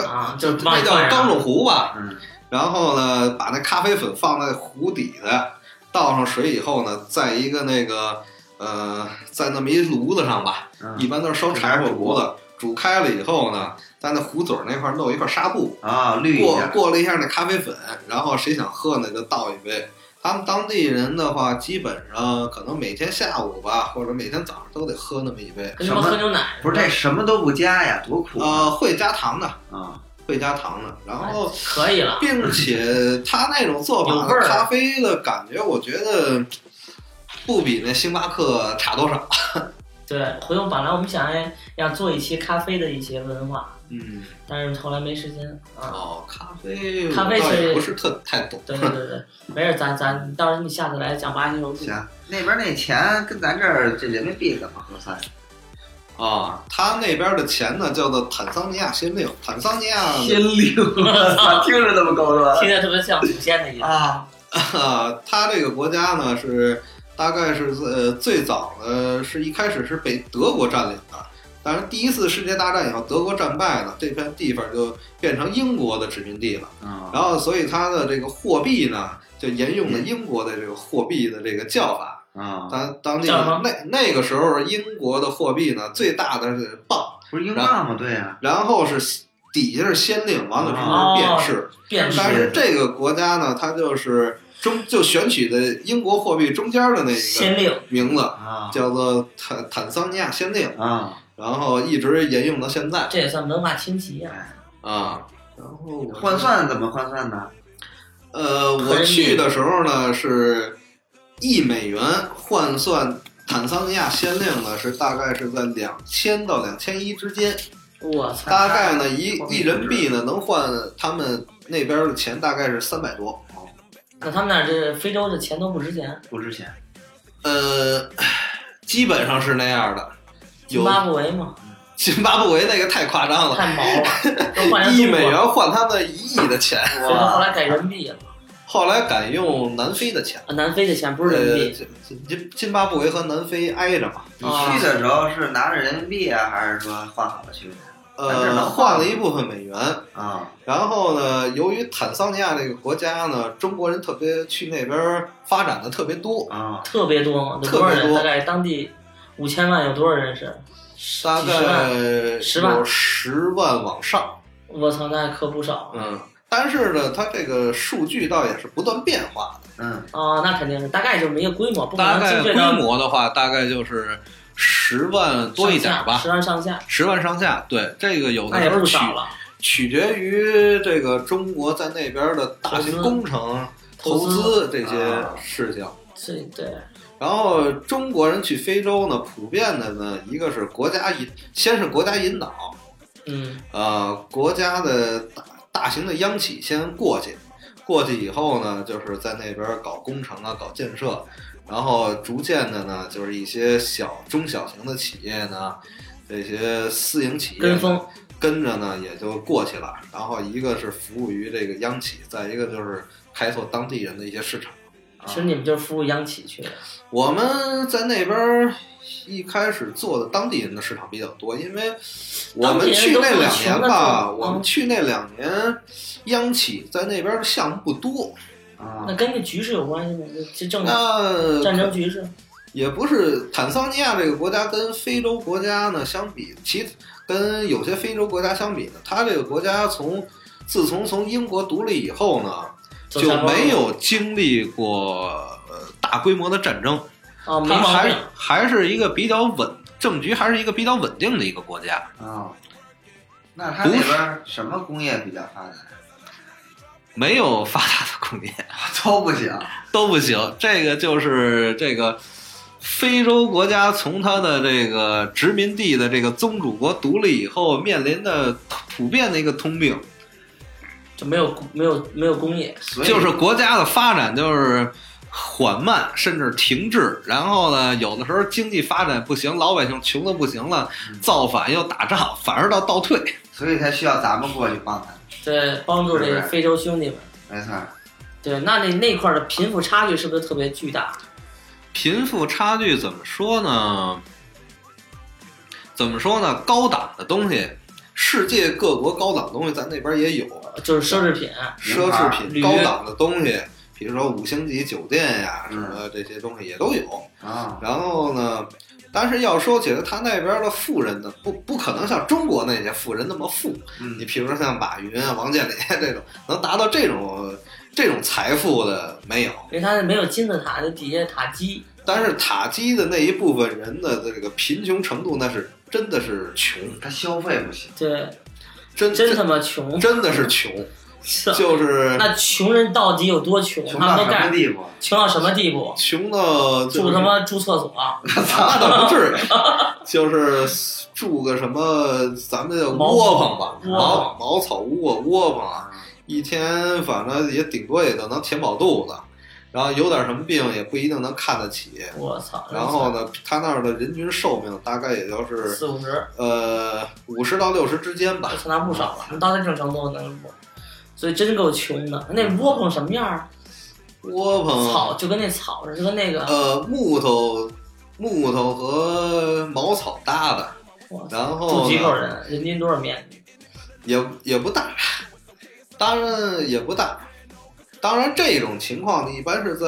个、
啊，就
那
往
叫钢种壶吧，
嗯，
然后呢，把那咖啡粉放在壶底的，倒上水以后呢，在一个那个呃，在那么一炉子上吧，
嗯
一般都是烧柴火炉子，煮开了以后呢，在那壶嘴儿那块儿弄一块纱布，
啊，绿一
过
下，
过了一下那咖啡粉，然后谁想喝呢就倒一杯。他们当地人的话，基本上可能每天下午吧，或者每天早上都得喝那么一杯。
跟他们喝牛奶
不是这什么都不加呀，多苦
呃，会加糖的，
啊！
会加糖的。然后
可以了，
并且他那种做
有
法
味儿
的咖啡的感觉，我觉得不比那星巴克差多少。
对，回头本来我们想要做一期咖啡的一些文化，
嗯，
但是后来没时间啊。
哦，咖啡，
咖啡
我倒
其实
也不是特太懂。
对对对对，没事，咱咱到时候你下次来讲巴西柔术。
行，那边那钱跟咱这儿这人民币怎么核 *laughs* 算？
啊，他那边的钱呢叫做坦桑尼亚先令，坦桑尼亚 *laughs*
令，听着那么高端
听着特别像祖先的一样。
啊！
啊，他这个国家呢是大概是呃最早的是一开始是被德国占领的，当然第一次世界大战以后德国战败了，这片地方就变成英国的殖民地了。
啊，
然后所以它的这个货币呢，就沿用了
嗯
英国的这个货币的这个叫法。
啊，
当当那
叫什么
个那那个时候英国的货币呢，最大的是镑，
不是英镑吗？对呀，
然后是底下是先令，完了之后是
哦
便士。
变
是
但
质
是这个国家呢，它就是中就选取的英国货币中间的那一
先
个
令，
名字，
啊
叫做坦坦桑尼亚先令，
啊，
然后一直沿用到现在
这也算文化侵袭啊！
啊。然后我
换算怎么换算呢？
呃，我去的时候呢是一美元换算坦桑尼亚先令呢是大概是在两千到两千一之间，
我操，
大概呢一
货币
一人民币呢能换他们那边的钱大概是三百多。
那他们那儿这非洲这钱都不值钱，
不值钱， *laughs*
呃，基本上是那样的。
津
有
巴布韦嘛，
津巴布韦那个太夸张了，
太
*laughs*
毛了，都换成
一
中国
美，元换他们一亿的钱，
所以说后来改人民币了。
后来改用南非的钱。呃
啊，南非的钱不
不
是人民币，
津津津巴布韦和南非挨着嘛？
你去的时候是拿着人民币啊，还是说换好了去的？但是
呃，
能
换了一部分美元。
啊
然后呢，由于坦桑尼亚这个国家呢，中国人特别去那边发展的特别多，
啊，
特别多，有
呃特别多
多少人？大概当地五千万有多少人是？
大概
十万
有十万往上。
我操，那可不少
嗯，但是呢，它这个数据倒也是不断变化的。
嗯，
哦，那肯定是，大概就是一个规模，不可
大
能
概
精确
规
到
模的话，大概就是十万多一点儿吧
十，万上下，
十万上下。对，这个有
那
的
也
时候
不
取
少了。
取决于这个中国在那边的大型
投资
工程、投
资啊
资这些事情。
这对，
然后中国人去非洲呢，普遍的呢，一个是国家引，先是国家引导，
嗯，
呃，国家的大大型的央企先过去，过去以后呢，就是在那边搞工程啊，搞建设，然后逐渐的呢，就是一些小中小型的企业呢，这些私营企业
跟风
跟着呢也就过去了。然后一个是服务于这个央企，再一个就是开拓当地人的一些市场。
啊
其实你们就是服务央企去的，
我们在那边一开始做的当地人的市场比较多，因为我们去那两年吧，
当地人都是穷的嗯
我们去那两年，央企在那边的项目不多，
啊
那，跟这局势有关系吗？这这政嗯
呃
战
那
争局势，
也不是坦桑尼亚这个国家跟非洲国家呢相比，其跟有些非洲国家相比呢，它这个国家从自从从英国独立以后呢，
走
就
下坡路啊
没有经历过呃大规模的战争。
啊，没
它
毛
还
病。
还是一个比较稳，政局还是一个比较稳定的一个国家。
啊，那他那边什么工业比较发达？
没有发达的工业
*laughs* 都不行
都不行， *laughs* 这个就是这个非洲国家从它的这个殖民地的这个宗主国独立以后面临的普遍的一个通病，
就没有没有没有工业，
所以
就是国家的发展就是缓慢甚至停滞，然后呢，有的时候经济发展不行，老百姓穷的不行了，造反又打仗，反而倒倒退。
所以才需要咱们过去帮他。
对，帮助这
是
个
不是
非洲兄弟们。
没错儿，
对，那那那块儿的贫富差距是不是特别巨大？
贫富差距怎么说呢？怎么说呢？高档的东西，世界各国高档东西咱那边也有，啊
就是奢侈品，
奢侈
名牌
品、
旅
高
游
档的东西，比如说五星级酒店呀、什
嗯
么这些东西也都有。
啊
然后呢，但是要说起来，他那边的富人呢，不不可能像中国那些富人那么富。你
嗯
比如说像马云啊、王健林啊这种，能达到这种这种财富的没有。
因为它没有金字塔，那底下塔基
但是塔基的那一部分人的这个贫穷程度，那是真的是穷，
他消费不行，
对，
真
真
真
他妈穷，
真的是穷，就是
那穷人到底有多穷？
穷到
他
什
们都
么
干
地步？啊
穷到什么地步？
穷到就
住
是
他妈住厕
*laughs*
所，
那倒不
*laughs*
至于，就是住个什么咱们叫窝棚吧，
茅嗯房
茅茅草屋啊，窝棚啊，一天反正也顶多也就能填饱肚子，然后有点什么病也不一定能看得起。
我操！
*laughs* 然后呢，他那儿的人均寿命大概也就是
四五十，
呃五十到六十之间吧
我。操，那不少了，到那这种程度能不？所以真够穷的。那窝棚什么样儿？啊
窝棚
草就跟那草似的，就跟那个，
呃，木头、木头和茅草搭的，
哇塞
然后
住几口
呢
人，人均多少面
*laughs*
积？
也也不大，当然也不大。当然，这种情况呢，一般是在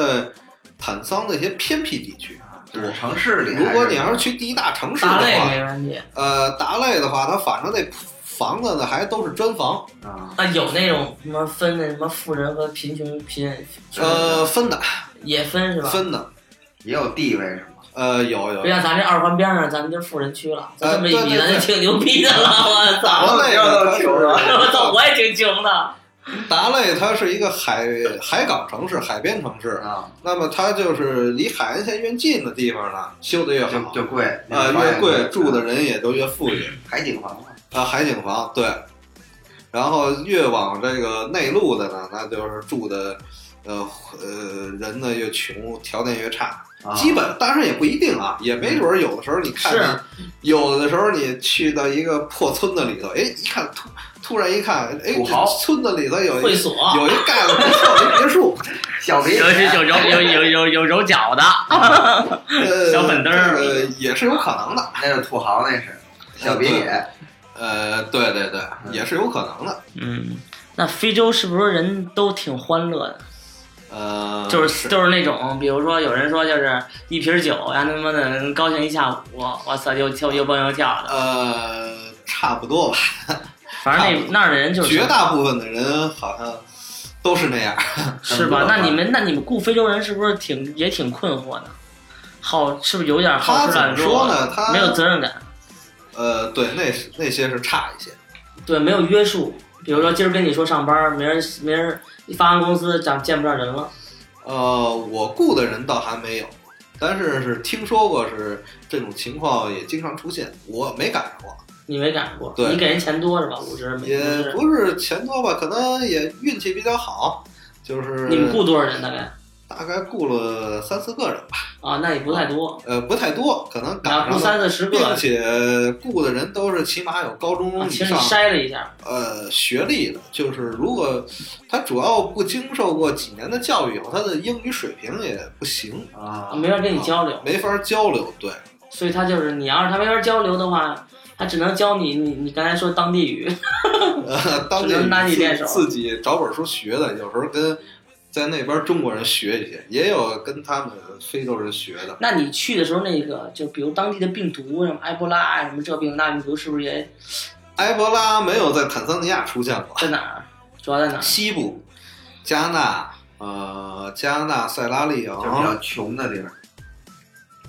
坦桑的一些偏僻地区。
就是城市里还是。
如果你要是去第一大城市的
打擂
话，
没问题。
呃，达类的话，它反正那房子呢还都是砖房，
啊，
那有那种什么分那什么富人和贫穷贫人，
呃，分的
也分是吧？
分的，
也有地位是吗？
呃，有有
别像咱这二环边上，咱们就是富人区了，咱这么一
呃
比，
对对
咱就
对
挺牛逼的
*laughs*
了。我操！
达类
我
呢
知道了
我
*laughs*
操！
它
我也挺穷的。
是达类它是一个海海港城市、海边城市，
啊，
那么它就是离海岸线越近的地方呢，修得越
就
好，
就贵，
呃，
那个
越贵住的
啊
人也都越富裕。
海景房嘛，
啊，海景房对，然后越往这个内陆的呢，那就是住的，呃呃，人呢越穷，条件越差。
啊
基本当然也不一定啊，也没准儿有的时候你看
是
你，有的时候你去到一个破村子里头，哎，一看突突然一看，哎，
土
这
豪
村子里头有
会
一
所
有一盖了不错的别
*laughs*
墅，
小林
有有有有有有有揉脚的， *laughs*
呃，
小板凳儿
这个也是有可能的。
那是土豪，那是小鼻野，
呃，对对对，也是有可能的。
嗯，那非洲是不是人都挺欢乐
嗯
的？
呃，
就是就是那种，比如说有人说就是一瓶酒，然后他妈的高兴一下午，我操，又跳又蹦又跳的。
呃，差不多吧。
反正那那儿的人就是
绝大部分的人好像都是那样。
是
啊
吧？那你们那你们雇非洲人是不是挺也挺困惑的？好，是不是有点好
他
吃
怎
懒
么
做啊
说？呢？他
没有责任感，
呃，对，那是那些是差一些。
对，没有约束。比如说今儿跟你说上班，明儿明儿发完公司长见不着人了，
呃，我雇的人倒还没有，但是是听说过是这种情况也经常出现，我没赶上过，
你没赶上过，
对
你给人钱多是吧？五十每
也
个月
不是钱多吧，可能也运气比较好，就是
你们雇多少人大概？
大概雇了三四个人吧，
啊，那也不太多，
呃，不太多，可能
那
赶上了。
雇三四十个，
并
啊
且雇的人都是起码有高中以
其实你
上
筛了一下，
呃学历的，就是如果他主要不经受过几年的教育以后，他的英语水平也不行，
啊
啊，没法跟你交流，
没法交流。对，
所以他就是你要是他没法交流的话，他只能教你你你刚才说当地语，
呃，当
嗯只能拿你
地
练手
自自己找本书学的，有时候跟在那边中国人学一些，也有跟他们非洲人学的。
那你去的时候，那个就比如当地的病毒，什么埃博拉啊，什么这病那病毒，是不是也
埃博拉没有在坦桑尼亚出现过，
在哪儿？主要在哪儿？
西部加纳。呃，加纳、塞拉利昂
就比较穷的地方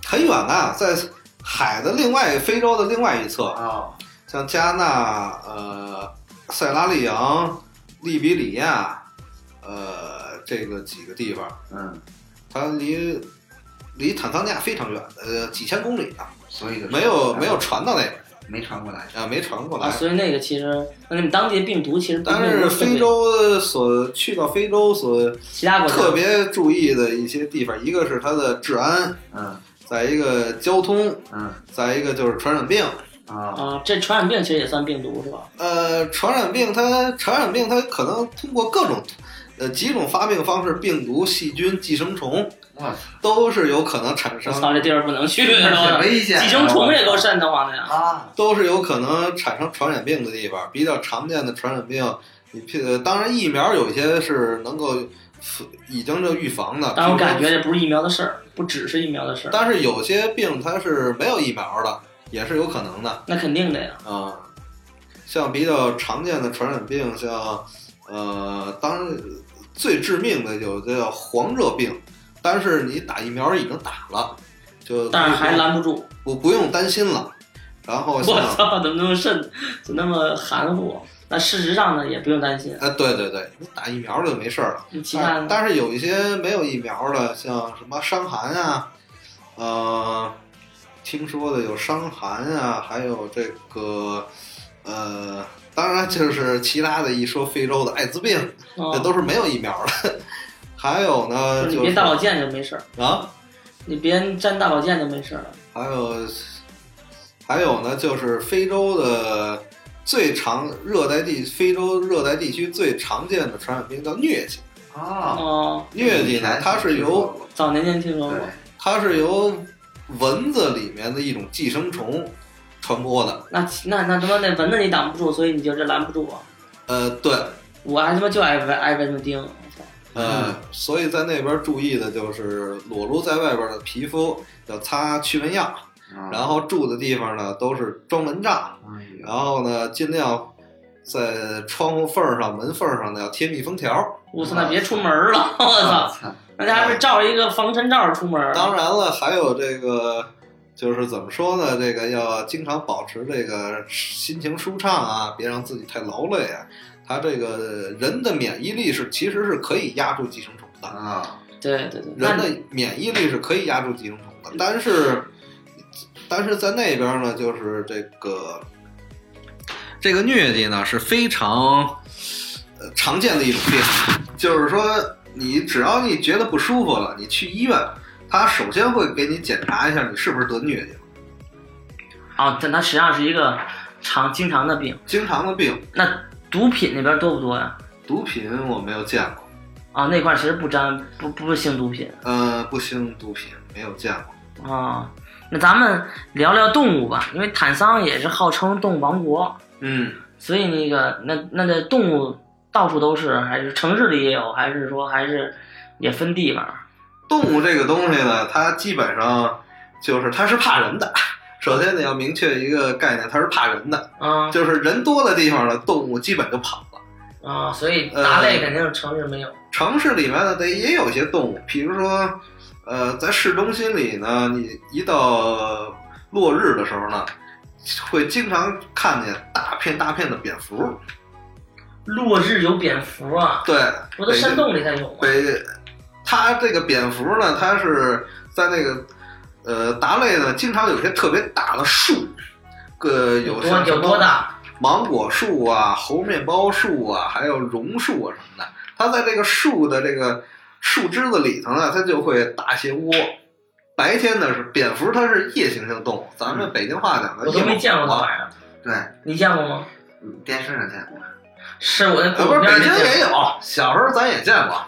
很远的，在海的另外非洲的另外一侧，
啊，
像加纳、呃、塞拉利昂、利比里亚，呃，这个几个地方，
嗯，
它离离坦桑尼亚非常远，呃，几千公里呢，
所以就
没有没有传到那边儿
没传过来，
啊、没传过
啊，
来。
所以那个其实，那你们当地的病毒其实并
但
没有
是
特别
非洲所去到非洲所
其他国家
特别注意的一些地方，一个是它的治安，
嗯
再一个交通，
嗯
再一个就是传染病。
啊，
啊，这传染病其实也算病毒是吧？
呃，传染病它传染病它可能通过各种呃几种发病方式，病毒、细菌、寄生虫
我操，
都是有可能产
我操，
生，
这地儿不能去，
*laughs*
是
挺
吧
危险啊，
寄生虫也够瘆得慌的呀。
啊，
都是有可能产生传染病的地方。比较常见的传染病，你譬呃当然疫苗有些是能够已经就预防的，
但我感觉
比如
这不是疫苗的事儿，不只是疫苗的
说，
事儿，
但是有些病它是没有疫苗的，也是有可能的。
那肯定的呀。
啊，像比较常见的传染病，像呃，当然最致命的有这叫黄热病，但是你打疫苗已经打了，就
但是还
不
拦不住，
不不用担心了。然后
我
像
操，怎么那么慎，怎么那么含糊？那事实上呢，也不用担心，
哎，对对对，你打疫苗就没事儿了。
你其他
但
的
但是有一些没有疫苗的，像什么伤寒啊，呃，听说的有伤寒啊，还有这个呃，当然就是其他的一说非洲的艾滋病。这
哦
都是没有疫苗的。还有呢，
你
就
别
是
大保健就没事儿，
啊，
你别沾大保健就没事儿了。
还有还有呢，就是非洲的最常热带地，非洲热带地区最常见的传染病叫疟疾，
哦，
哦，
疟疾呢，它是由
早年间听说
对啊
过，
它是由蚊子里面的一种寄生虫传播的。
那那那他妈那蚊子你挡不住，所以你就这拦不住我。
呃，对，
我还他妈就爱挨挨蚊子叮，我操！
呃，所以在那边注意的就是裸露在外边的皮肤要擦驱蚊药，
嗯，
然后住的地方呢都是装蚊帐，
哎呦
然后呢尽量在窗户缝儿上、门缝儿上呢要贴密封条。
我操，那别出门了，我
我
操！
操，
那家伙是罩着一个防尘罩出门。
当然了，还有这个。就是怎么说呢？这个要经常保持这个心情舒畅啊，别让自己太劳累啊。他这个人的免疫力是其实是可以压住寄生虫的，
啊，
对对对，
人
那
的免疫力是可以压住寄生虫的，但是，但是在那边呢，就是这个这个疟疾呢是非常呃常见的一种病，就是说你只要你觉得不舒服了，你去医院，他首先会给你检查一下你是不是得疟疾了，
哦，但它实际上是一个常经常的病。
经常的病，
那毒品那边多不多呀？
毒品我没有见过，
啊，那块儿其实不沾不不兴毒品
呃，不兴毒品没有见过，
啊。那咱们聊聊动物吧，因为坦桑也是号称动物王国，
嗯。
所以那个那那那动物到处都是，还是城市里也有，还是说还是也分地方
动物这个东西呢，它基本上就是它是怕人的。首先你要明确一个概念，它是怕人的，
啊
就是人多的地方呢，动物基本就跑了。
啊，所以大类
呃
肯定是城市没有。
城市里面呢，得也有一些动物，比如说，呃，在市中心里呢，你一到落日的时候呢，会经常看见大片大片的蝙蝠。
落日有蝙蝠啊，
对，
不都
北京
山洞里才有吗？
北，它这个蝙蝠呢，它是在那个呃达类呢，经常有些特别大的树，呃，有
多
像什
有
么
多大？
芒果树啊、猴面包树啊，还有榕树啊什么的。它在这个树的这个树枝子里头呢，它就会打些窝。白天呢是蝙蝠，它是夜行性动物，咱们北京话讲的
我都没见过那
啊，
玩意儿，
对，
你见过吗？
嗯电视上见过，
是我那
呃
我
不是
们
北
院儿里
京也
见
有，小时候咱也见过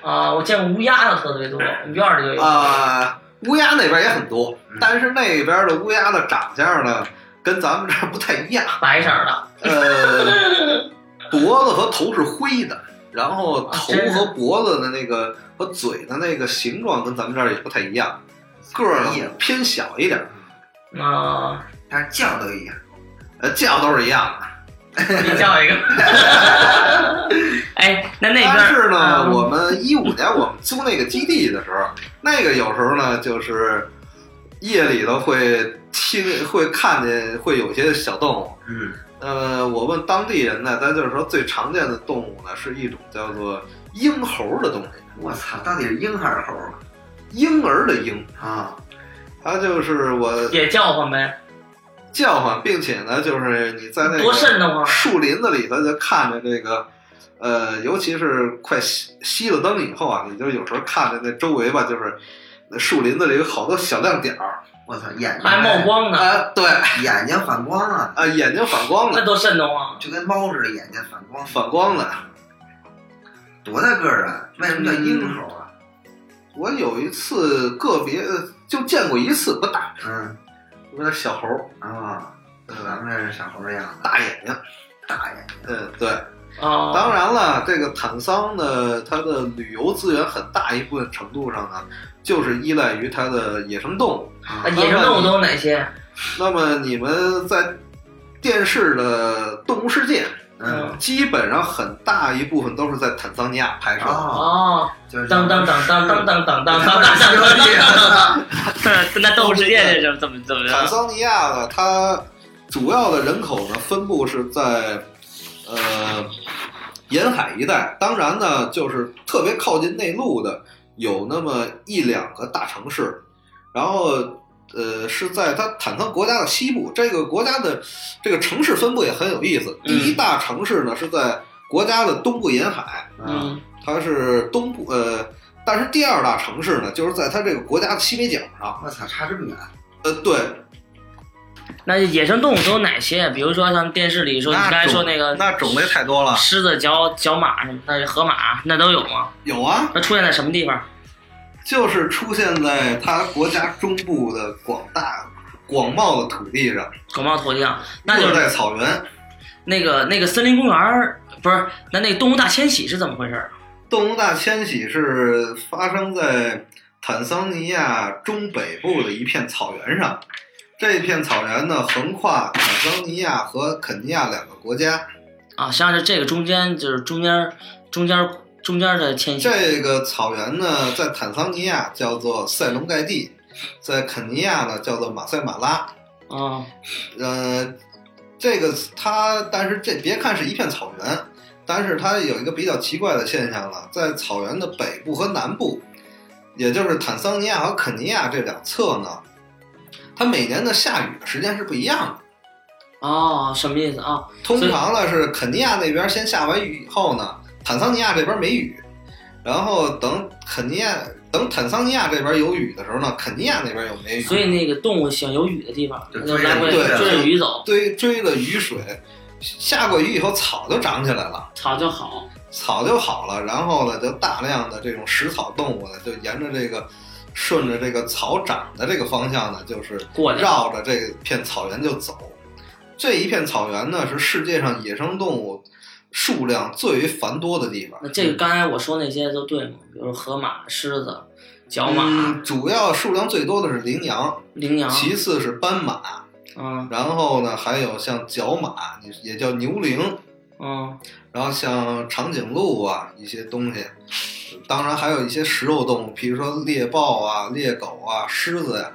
过啊，我见过乌鸦的特别多，我们院儿里就有。
啊、 *laughs* 乌鸦那边也很多
嗯，
但是那边的乌鸦的长相呢，跟咱们这儿不太一样。
白色儿的，
呃，脖子和头是灰的，然后头
啊真是
和脖子的那个和嘴的那个形状跟咱们这儿也不太一样，
嗯
个儿
哎
也偏小一点儿， *laughs*
啊，
但是叫都一样，
呃，叫都是一样的。
你叫一个。 *laughs* 哎，那那边
但是呢，
嗯
我们一五年我们租那个基地的时候，那个有时候呢就是夜里头会听会看见会有些小动物。
嗯，
呃，我问当地人呢，咱就是说最常见的动物呢是一种叫做鹰猴的东西，
我操，到底是鹰还是猴啊？
婴儿的婴，
啊，
它就是我
也叫唤呗，
叫唤，并且呢，就是你在那
多
个
瘆得慌。啊
树林子里头就看着这个，呃，尤其是快熄熄了灯以后啊，你就有时候看着那周围吧，就是那树林子里有好多小亮点儿，
我操，眼睛
还冒光
啊、
呢，
对，啊、
眼睛反光啊，
眼睛反光
那
的，
多瘆得慌。
就跟猫似的，眼睛反光，
反光的。
多大个儿啊？为什么叫鹰猴啊？
我有一次个别呃就见过一次，不大，
嗯，
有点小猴儿，
啊，
呃，
咱们这是小猴的样子，
大眼睛，
大眼睛，
嗯，对。
啊，
当然了，这个坦桑呢，它的旅游资源很大一部分程度上呢，就是依赖于它的野生动物。
啊
那野生动物都有哪些？
那么你们在电视的《动物世界
嗯，》，
基本上很大一部分都是在坦桑尼亚拍摄的。
哦，
哦，
就是
当当当当当当当当
*laughs*
当当当当！那动物世界这是怎么怎么
坦
着？
桑尼亚呢，它主要的人口呢分布是在呃沿海一带，当然呢，就是特别靠近内陆的有那么一两个大城市，然后呃是在它坦桑国家的西部。这个国家的这个城市分布也很有意思，
嗯
第一大城市呢是在国家的东部沿海，
嗯
嗯，
它是东部呃。但是第二大城市呢，就是在它这个国家的西北角上，
我操，差这么远，
呃，对，
那野生动物都有哪些？比如说像电视里说你
那
刚才
种
说那个
那种类太多了，
狮子角角马什么的，河马那都有吗？
有啊，
那出现在什么地方？
就是出现在它国家中部的广大广袤的土地上，
广袤土地上，啊那就
热
是
带草原。
那个那个森林公园儿，不是？那那个动物大迁徙是怎么回事儿？
动物大迁徙是发生在坦桑尼亚中北部的一片草原上，这片草原呢横跨坦桑尼亚和肯尼亚两个国家。
啊，实际上是这个中间就是中间中间中间的迁徙。
这个草原呢，在坦桑尼亚叫做塞隆盖蒂，在肯尼亚呢叫做马赛马拉。
啊，
呃，这个它，但是这别看是一片草原，但是它有一个比较奇怪的现象了，在草原的北部和南部，也就是坦桑尼亚和肯尼亚这两侧呢，它每年的下雨的时间是不一样的。
哦，什么意思啊？
通常呢是肯尼亚那边先下完雨以后呢，坦桑尼亚这边没雨，然后等肯尼亚等坦桑尼亚这边有雨的时候呢，肯尼亚那边又没雨。
所以那个动物喜欢有雨的地方，
对
那就来回
对啊对
追着雨走，
堆追了雨水，下过雨以后草就长起来了。
草就好。
草就好了，然后呢，就大量的这种食草动物呢，就沿着这个顺着这个草长的这个方向呢，就是
过来
绕着这片草原就走。这一片草原呢，是世界上野生动物数量最为繁多的地方
那。这个刚才我说那些都对吗？比如河马、狮子、角马、
嗯，主要数量最多的是羚羊，
羚羊，
其次是斑马，
嗯
然后呢，还有像角马，也叫牛羚，哎
嗯，
然后像长颈鹿啊一些东西，当然还有一些食肉动物，比如说猎豹啊、猎狗啊、狮子呀、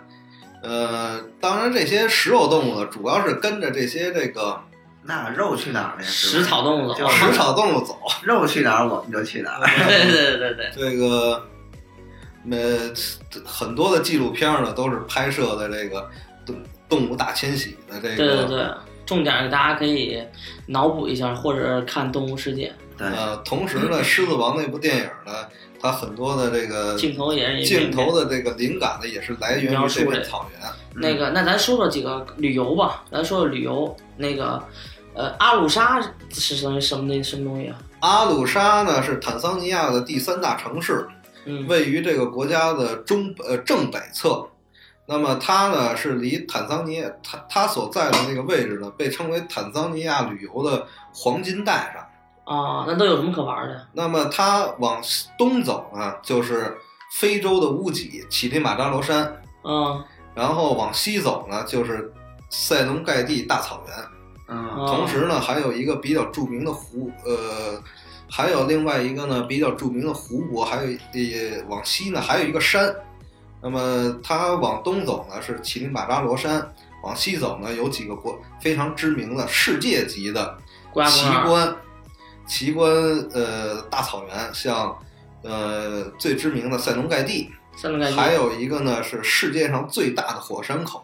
呃，当然这些食肉动物呢，主要是跟着这些这个
那肉去哪儿了呀？
食草动物走。
就是
食草动物走。
肉去哪儿我们就去哪儿。
*laughs* 对对对对，
这个呃，很多的纪录片呢都是拍摄的这个动动物大迁徙的这个
对对对，重点儿大家可以脑补一下，或者看《动物世界
对，
呃，同时呢，《狮子王》那部电影呢，它很多的这个》，
镜头也是一
镜头的这个灵感呢，也是来源于这片草原。
那个，那咱说说几个旅游吧，咱说说旅游。那个，呃，阿鲁沙是什么什么那什么东西啊？
阿鲁沙呢是坦桑尼亚的第三大城市，
嗯，
位于这个国家的中呃正北侧。那么它呢是离坦桑尼亚它它所在的那个位置呢，被称为坦桑尼亚旅游的黄金带上。
啊，那都有什么可玩的？
那么它往东走呢，就是非洲的乌几、乞力马扎罗山，
嗯，
然后往西走呢，就是塞农盖蒂大草原。
嗯，
哦
同时呢，还有一个比较著名的湖，呃，还有另外一个呢比较著名的湖泊，还有呃往西呢还有一个山。那么它往东走呢是乞力马扎罗山，往西走呢有几个国非常知名的世界级的
国家
奇
公园儿
观，奇观呃大草原，像呃最知名的塞农盖蒂，
三种感觉。
还有一个呢是世界上最大的火山口，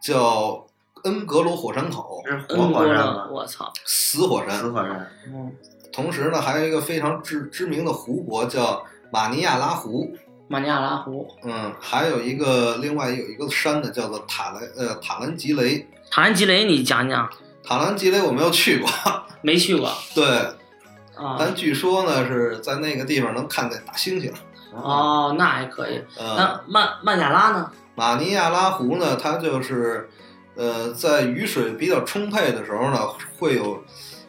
叫恩格罗火山口，
这是活
嗯，
火
过
山
了，
吗？
我操！
死火山，
死火山。
嗯，
同时呢，还有一个非常知知名的湖泊叫马尼亚拉湖，
马尼亚拉湖、
嗯，还有一个另外有一个山呢，叫做塔兰呃塔兰吉雷。
塔兰吉雷，你讲讲，
塔兰吉雷我没有去过，
没去过
对，
啊
*laughs* 但？据说呢是在那个地方能看见大猩猩。
哦，那还可以。
呃，
那曼曼贾拉呢？
马尼亚拉湖呢，它就是呃在雨水比较充沛的时候呢，会有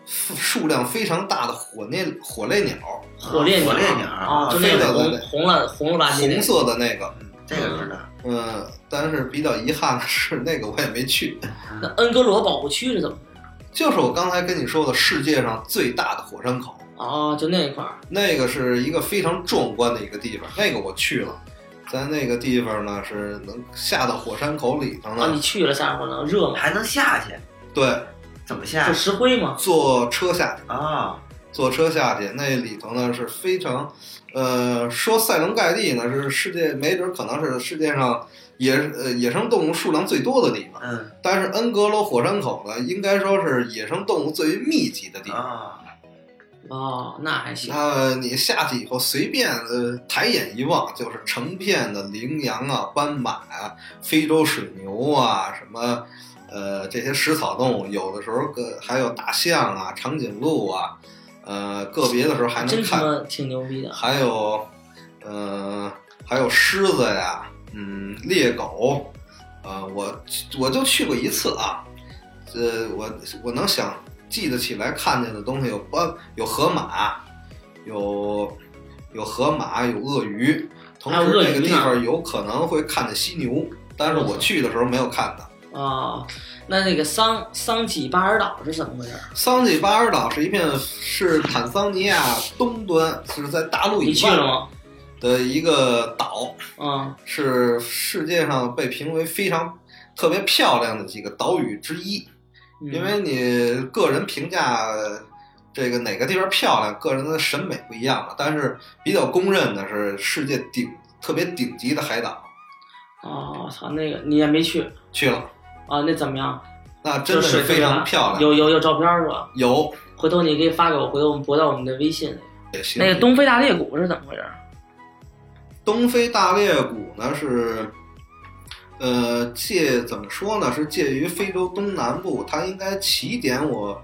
数数量非常大的火烈火烈鸟，
火烈
火烈
鸟
鸟
啊，
啊
就那
飞
个
的那个
红红了红了吧唧那
红
个。
色的那个。
嗯，这个知道。
嗯，但是比较遗憾的是，那个我也没去。
那恩格罗保护区是怎么回事？
就是我刚才跟你说的世界上最大的火山口，
哦，就那一块儿。
那个是一个非常壮观的一个地方，那个我去了，在那个地方呢是能下到火山口里头
啊，
呢，
你去了，下一会儿能热吗？
还能下去？
对，
怎么下
就？石灰吗？
坐车下去，
啊，
坐车下去，那里头呢是非常，呃，说塞隆盖蒂呢是世界没准可能是世界上野呃野生动物数量最多的地方，
嗯
但是恩格罗火山口呢应该说是野生动物最为密集的地方。
啊，
哦，那还行。
那你下去以后，随便呃抬眼一望，就是成片的羚羊啊、斑马啊、非洲水牛啊、什么呃，这些食草动物，有的时候个还有大象啊、长颈鹿啊，呃，个别的时候还能
真他
看
妈挺牛逼的。
还有，呃，还有狮子呀，嗯，猎狗，呃，我我就去过一次啊，呃，我我能想记得起来看见的东西有斑，有河马，有有河马，有鳄鱼，同
还有
时
鳄鱼
那个地
呢
方有可能会看见犀牛，但是我去的时候没有看到。
哦
啊，那那个桑桑吉巴尔岛是怎么回事？
桑吉巴尔岛是一片是坦桑尼亚东端，是在大陆
你
以
去了
外
吗？
的一个岛。
嗯，
是世界上被评为非常特别漂亮的几个岛屿之一。
嗯
因为你个人评价这个哪个地方漂亮，个人的审美不一样嘛。但是比较公认的是世界顶特别顶级的海岛，
嗯
哦，我操，那个你也没去
去了
哦
啊？那怎么样？
那真的是非常漂亮。
有有有照片是吧？
有
回头你可以发给我，回头我们博到我们的微信里。
也行
那个东非大裂谷是怎么回事？
东非大裂谷呢是，呃，介怎么说呢？是介于非洲东南部，它应该起点我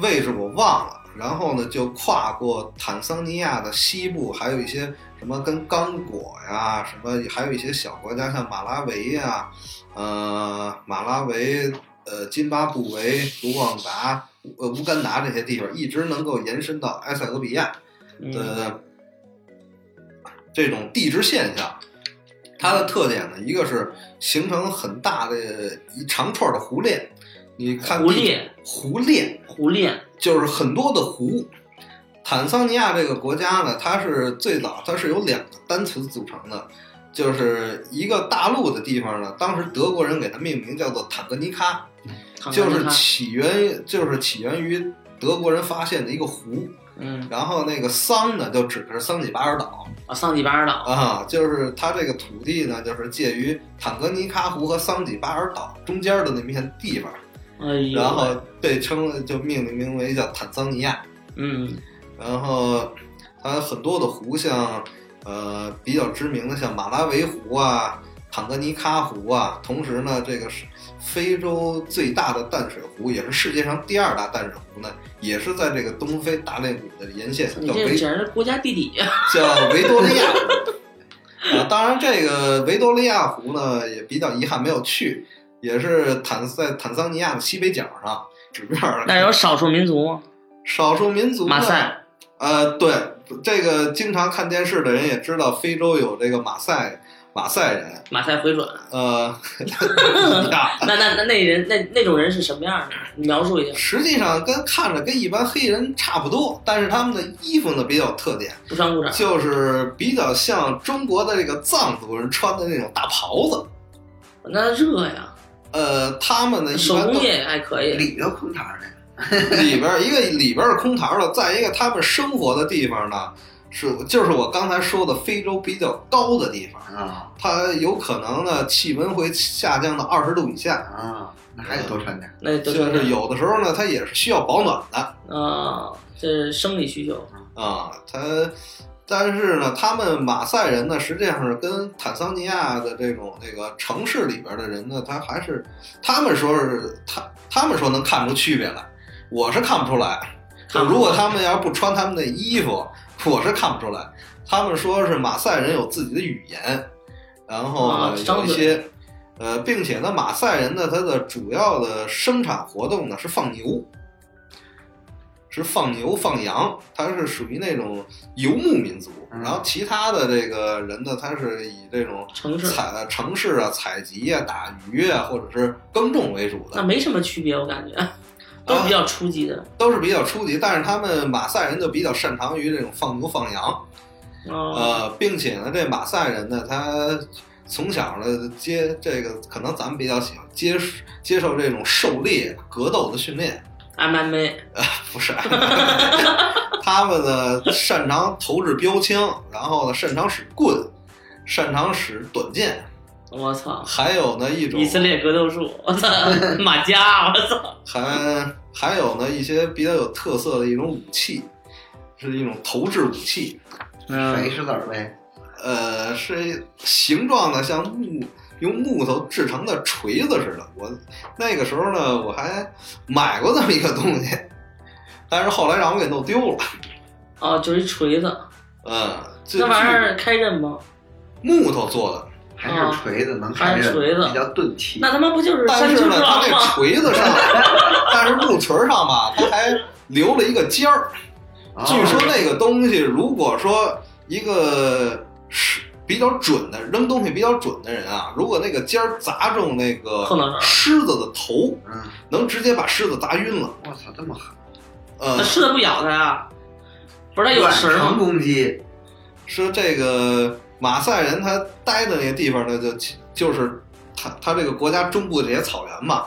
位置我忘了，然后呢就跨过坦桑尼亚的西部，还有一些什么跟刚果呀，什么还有一些小国家，像马拉维呀，呃，马拉维。呃，津巴布韦、卢旺达、呃乌干达这些地方，一直能够延伸到埃塞俄比亚。
嗯，
的这种地质现象，它的特点呢，一个是形成很大的一长串的湖链，你看
湖
地
链，
湖链
狐狸，
就是很多的湖。坦桑尼亚这个国家呢，它是最早它是由两个单词组成的，就是一个大陆的地方呢，当时德国人给它命名叫做坦格尼卡，
看看
就是
看
起源就是起源于德国人发现的一个湖，
嗯
然后那个桑呢就指的是桑吉巴尔岛。
啊，桑吉巴尔岛，
啊，就是它这个土地呢，就是介于坦格尼喀湖和桑吉巴尔岛中间的那片地方，
哎呦，
然后被称就命名为叫坦桑尼亚。
嗯
然后它很多的湖像，呃比较知名的像马拉维湖啊、坦格尼喀湖啊，同时呢，这个是非洲最大的淡水湖，也是世界上第二大淡水湖呢，也是在这个东非大裂谷的沿线，
你
叫
这
维
简直是国家地理啊
*laughs*
呀！
叫维多利亚 *laughs* 湖。啊，当然这个维多利亚湖呢也比较遗憾没有去，也是坦在坦桑尼亚的西北角上，指面儿
那有少数民族吗？
少数民族呢
马赛，
呃，对，这个经常看电视的人也知道，非洲有这个马赛马赛人，
马赛回转。啊
呃， *laughs* 呀
那那那那人那那种人是什么样的？你描述一下，
实际上跟看着跟一般黑人差不多，但是他们的衣服呢比较有特
*laughs*
点，
不穿裤衩
就是比较像中国的这个藏族人穿的那种大袍子。
那热呀，
呃，他们呢一
手
般
工
都
业还可以。
里头空堂儿的，
*laughs* 里边儿一个里边儿是空堂的，再一个他们生活的地方呢，是就是我刚才说的非洲比较高的地方，
啊
它有可能呢气温会下降到二十度以下，
啊，那还得多穿点儿。
那
就
都
是有的时候呢，它也是需要保暖的
啊，这是生理需求。
啊、它。但是呢，他们马赛人呢，实际上是跟坦桑尼亚的这种那个城市里边的人呢，他还是他们说是他他们说能看出区别来，我是看不出来。就如果他们要是不穿他们的衣服，我是看不出来。他们说是马赛人有自己的语言，然后
啊
呢有
张
一
嘴
些，呃，并且呢，马赛人呢，它的主要的生产活动呢是放牛，是放牛放羊，它是属于那种游牧民族。
嗯
然后其他的这个人呢，他是以这种
城市
采城市啊、采集啊、打鱼啊，或者是耕种为主的
那。没什么区别，我感觉
啊
都是比较初级的。
都是比较初级，但是他们马赛人就比较擅长于这种放牛放羊，
啊，
呃，并且呢，这马赛人呢，他从小呢接这个，可能咱们比较喜欢接接受这种狩猎格斗的训练，
MMA
不是， *laughs* 他们呢擅长投掷标枪，然后呢擅长使棍，擅长使短剑，
我操，
还有呢一种
以色列格斗术，我
*laughs*
操，马甲，我操，
还还有呢一些比较有特色的一种武器，是一种投掷武器。嗯
嗯
甩一石子儿呗，
呃，是形状呢像木用木头制成的锤子似的。我那个时候呢，我还买过这么一个东西，但是后来让我给弄丢了。
哦
啊，就是一锤子，
嗯，这
那玩意儿开刃吗？
木头做的，
还
啊
是锤子能
还
看
是
见
锤子
比较钝器。
那他妈不就是
但
山
是
丘
呢，
之
它
狼
那
吗？
锤子上，
*laughs*
但是木锤上吧，它还留了一个尖儿。
哦
据说那个东西，如果说一个是比较准的扔东西比较准的人啊，如果那个尖儿砸中那
后脑
个
勺
狮子的头，
嗯，
能直接把狮子砸晕了。
我操，这么狠！
呃
那，狮子不咬它呀？不是它有食
远程
吗？
攻击，
说这个马赛人他待的那个地方呢，就就是他他这个国家中部这些草原嘛，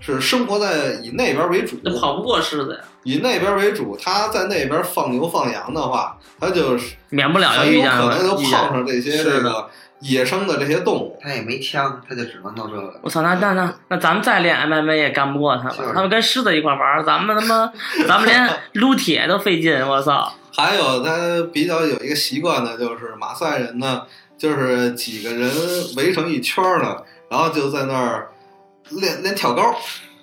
是生活在以那边为主，
那跑不过狮子呀，
以那边为主。他在那边放牛放羊的话，他就是
免不了要
很
遇
有
见
可能就
遇
碰
见。
上这些
是的
这个野生的这些动物。
他也没枪，他就只能弄这个。
我操，那那那那咱们再练 MMA 也干不过他
就是
们，他们跟狮子一块玩儿，咱们
*laughs*
他妈咱们连撸铁都费劲，我操！
还有他比较有一个习惯呢，就是马赛人呢，就是几个人围成一圈儿呢，然后就在那儿练练跳高。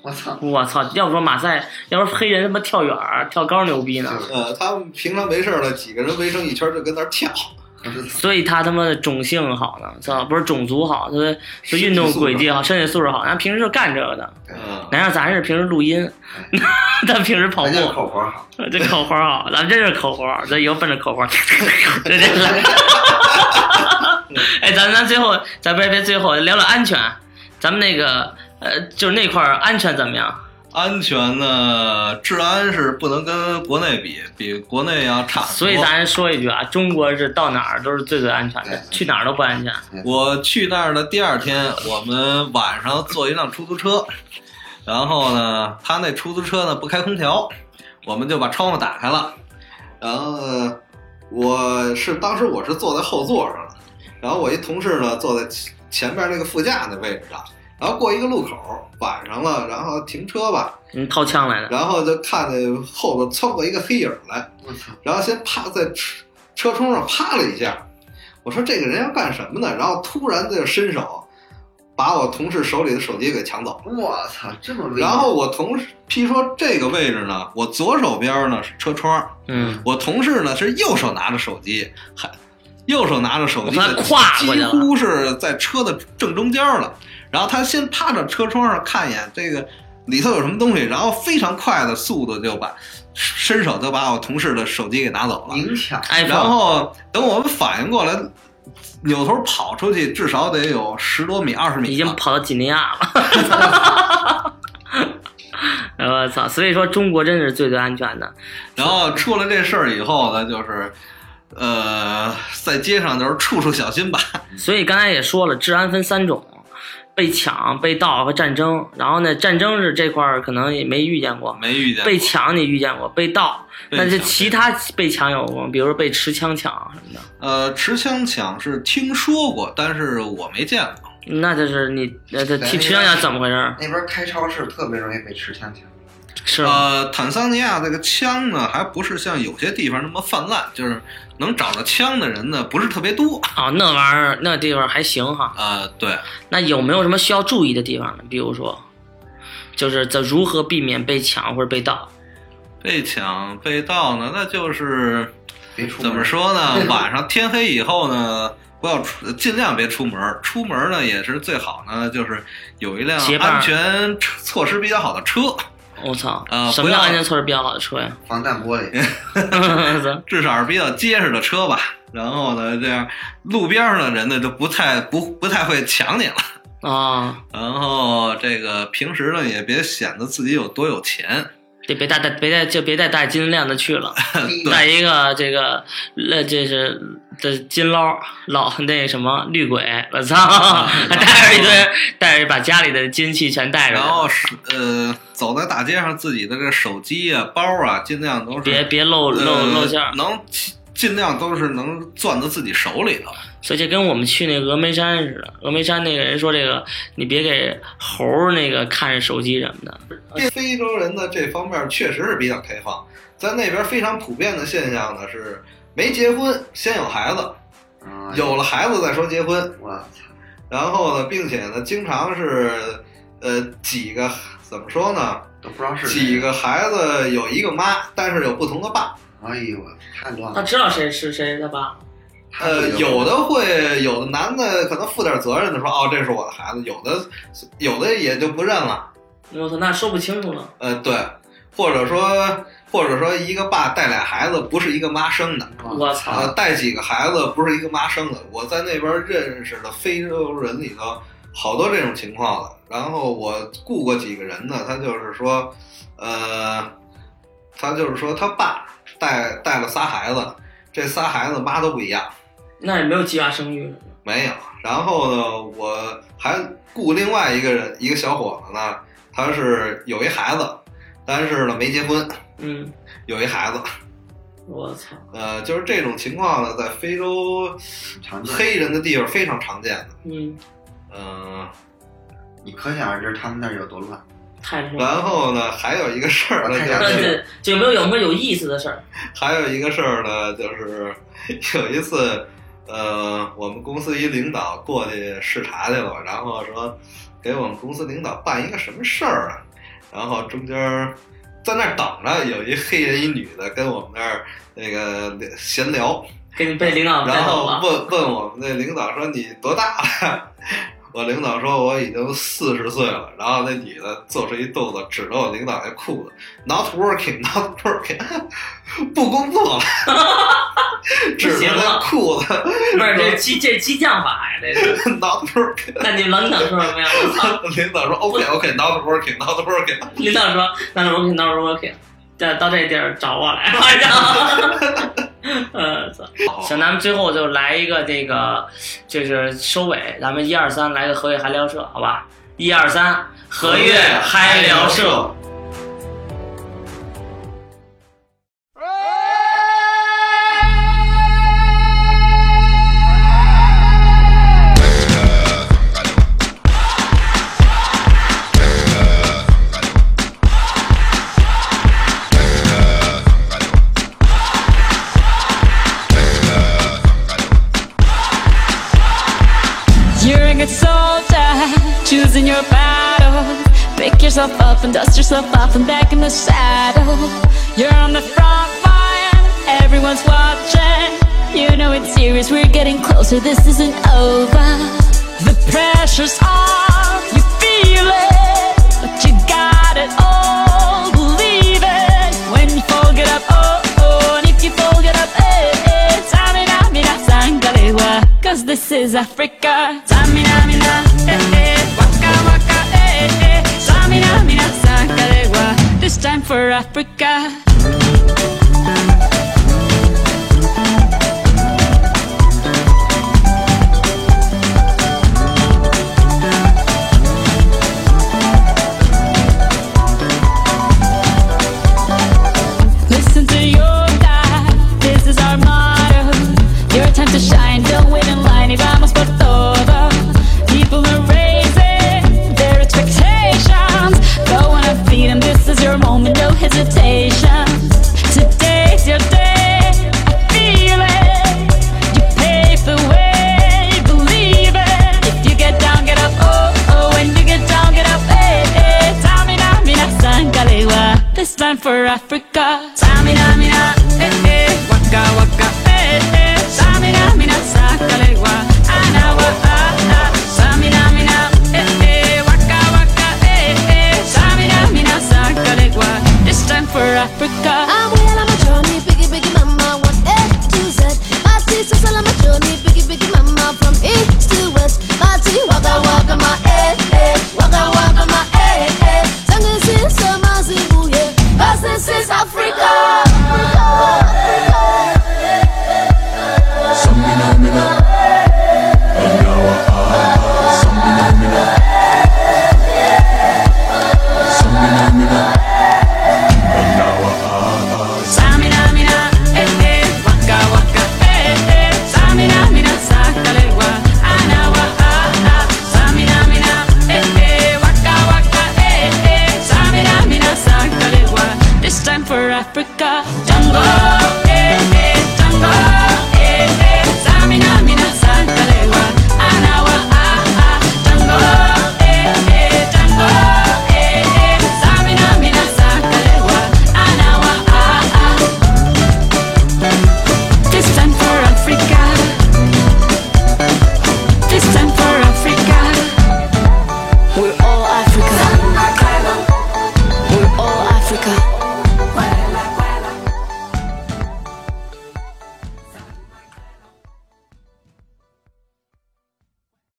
我操，
我操，要不说马赛，要不说黑人他妈跳远儿跳高牛逼呢，
就是
呃，他们平常没事儿了，几个人围成一圈儿就跟那儿跳，
所以他他妈的种性好呢，操，不是种族好，他的就运动轨迹好，身体素质好，然后平时就干这个的，
嗯，
哪像咱是平时录音， *laughs* 咱平时跑
人家
步，
口活好，
这口活好， *laughs* 咱们真是口活，咱以后奔着口活， *laughs* 这这来。 *laughs* 哎，咱咱最后，咱别别最后聊聊安全，咱们那个呃，就是那块儿安全怎么样？
安全呢，治安是不能跟国内比，比国内要差很多。
所以咱说一句啊，中国是到哪儿都是最最安全的，去哪儿都不安全。
我去那儿的第二天，我们晚上坐一辆出租车，然后呢，他那出租车呢不开空调，我们就把窗户打开了，然后呢我是当时我是坐在后座上的，然后我一同事呢坐在前前面那个副驾那位置上，然后过一个路口，晚上了，然后停车吧，
你嗯掏枪来的，
然后就看见后边窜过一个黑影来，
我操，
然后先趴在车车窗上趴了一下，我说这个人要干什么呢？然后突然就伸手把我同事手里的手机给抢走。
我操，这么危险！
然后我同事批说这个位置呢，我左手边呢是车窗，
嗯，
我同事呢是右手拿着手机，还右手拿着手机
我，看他跨过
几
去了
乎是在车的正中间了。然后他先趴着车窗上看一眼这个里头有什么东西，然后非常快的速度就把伸手就把我同事的手机给拿走了。
明抢，
然
iPhone
后等我们反应过来，扭头跑出去，至少得有十多米、二十米了。
已经跑到几内亚了。
*laughs*
我呃操！所以说中国真是最最安全的。
然后出了这事儿以后呢，就是，呃，在街上就是处处小心吧。 *laughs*
所以刚才也说了，治安分三种：被抢、被盗和战争。然后呢，战争是这块儿可能也没遇见过，
没遇见
被抢你遇见过，被盗，
被
那就
抢
其他被抢有过吗，比如说被持枪抢什么的，
呃持枪抢是听说过，但是我没见过。
那就是你呃，
哎
这
对
持持枪抢怎么回事儿？
那边开超市特别容易被持枪抢。
是吗
呃，坦桑尼亚这个枪呢，还不是像有些地方那么泛滥，就是能找着枪的人呢不是特别多。
哦，那玩意儿那地方还行哈。
呃，对，
那有没有什么需要注意的地方呢？比如说，就是在如何避免被抢或者被盗？
被抢被盗呢，那就是
别出门
怎么？说呢？晚上天黑以后呢，不要出，尽量别出门儿。出门儿呢也是最好呢，就是有一辆
结伴儿
安全车措施比较好的车，
我、操，
呃
什么叫
不要
安全措施比较好的车呀？
防
*laughs*
弹玻璃，
至少是比较结实的车吧。然后呢，这样路边上的人呢就不太不不太会抢你了。
*laughs* 啊，
然后这个平时呢也别显得自己有多有钱，
得别带带别带就别带带金链子去了，带一个这个呃这是这金捞老那什么绿鬼，我操，
啊
*laughs* 还带着一堆带着把家里的金器全带着
然
呢，
后是呃走在大街上自己的这手机啊包啊，尽量都是
别别露露
呃
露馅儿。
能尽尽量都是能攥到自己手里头。
所以这跟我们去那峨眉山似的，峨眉山那个人说这个，你别给猴儿那个看着手机什么的。
啊这非洲人呢，这方面确实是比较开放，在那边非常普遍的现象呢是没结婚先有孩子，
嗯，
有了孩子再说结婚。
我操，
然后呢，并且呢，经常是呃几个怎么说呢？
都不知道是谁
几。个孩子有一个妈，但是有不同的爸。
哎呦，我太乱
他
了。
知道谁是谁是他爸，
呃，有的会，有的男的可能负点责任的说，哦，这是我的孩子；有的，有的也就不认了。
我操，那说不清楚呢。
呃，对，或者说，或者说一个爸带俩孩子，不是一个妈生的。
我
啊
操，，
带几个孩子不是一个妈生的。我在那边认识的非洲人里头，好多这种情况的。然后我雇过几个人呢，他就是说，呃，他就是说他爸带带了仨孩子，这仨孩子妈都不一样，
那也没有计划生育，
没有。然后呢，我还雇另外一个人，一个小伙子呢，他是有一孩子，但是呢没结婚，
嗯，
有一孩子。
我操，
呃，就是这种情况呢，在非洲
常见，
黑人的地方非常常见的。
嗯，
嗯，
你可想而知他们那儿有多乱。
太乱了。
然后呢，还有一个事儿呢，
然
就
后
对
是
对，就有没有有没有有意思的事儿？
还有一个事儿呢，就是 *laughs* 有一次，呃，我们公司一领导过去视察去了，然后说给我们公司领导办一个什么事儿啊，然后中间儿在那儿等着，有一黑人一女的跟我们那儿那个闲聊，
给你被领导带
*laughs* 然
走
后
了，
问问我们那领导说你多大了？ *laughs* 我领导说我已经四十岁了。然后那女的做出一动作，指着我领导那裤子，not working, not working，不
*laughs*
工作了，指着那裤子
不是这激这激将法呀，这是。
not working。
那你们领导说什么呀？我操，
*laughs* 领导说 OK OK, not working, not working。
*laughs* 领导说，那时候我肯，那时候我肯，到到这地儿找我来，然后，呃，操。行，咱们最后就来一个这个，就是收尾，咱们一二三来个和悦嗨聊社，好吧？一二三，和悦嗨聊社。
You're a good soldier, choosing your battles. Pick yourself up and dust yourself off and back in the saddle. You're on the front line, everyone's watching. You know it's serious, we're getting closer, this isn't over. The pressure's on, you feel it, but you got it all, believe it. When you fall, get up, oh, oh, and if you fall, get up, eh, eh. Tamina, mina, sangalewa, cause this is Africa. Tamina, mina, eh, eh, waka, waka, eh, eh. Tamina, mina, sangalewa, this time for Africa. Listen to your dad, this is our motto. Your time to shine, don't wait in line, y vamos por todo. People are raising their expectations. Go on and feed them, this is your moment, no hesitation. Today's your day, feel it. You pave the way, believe it. If you get down, get up, oh, oh, when you get down, get up, eh, eh. Tamina, mina, sangalewa, this time for Africa. e, e, eh, ah, eh, ah,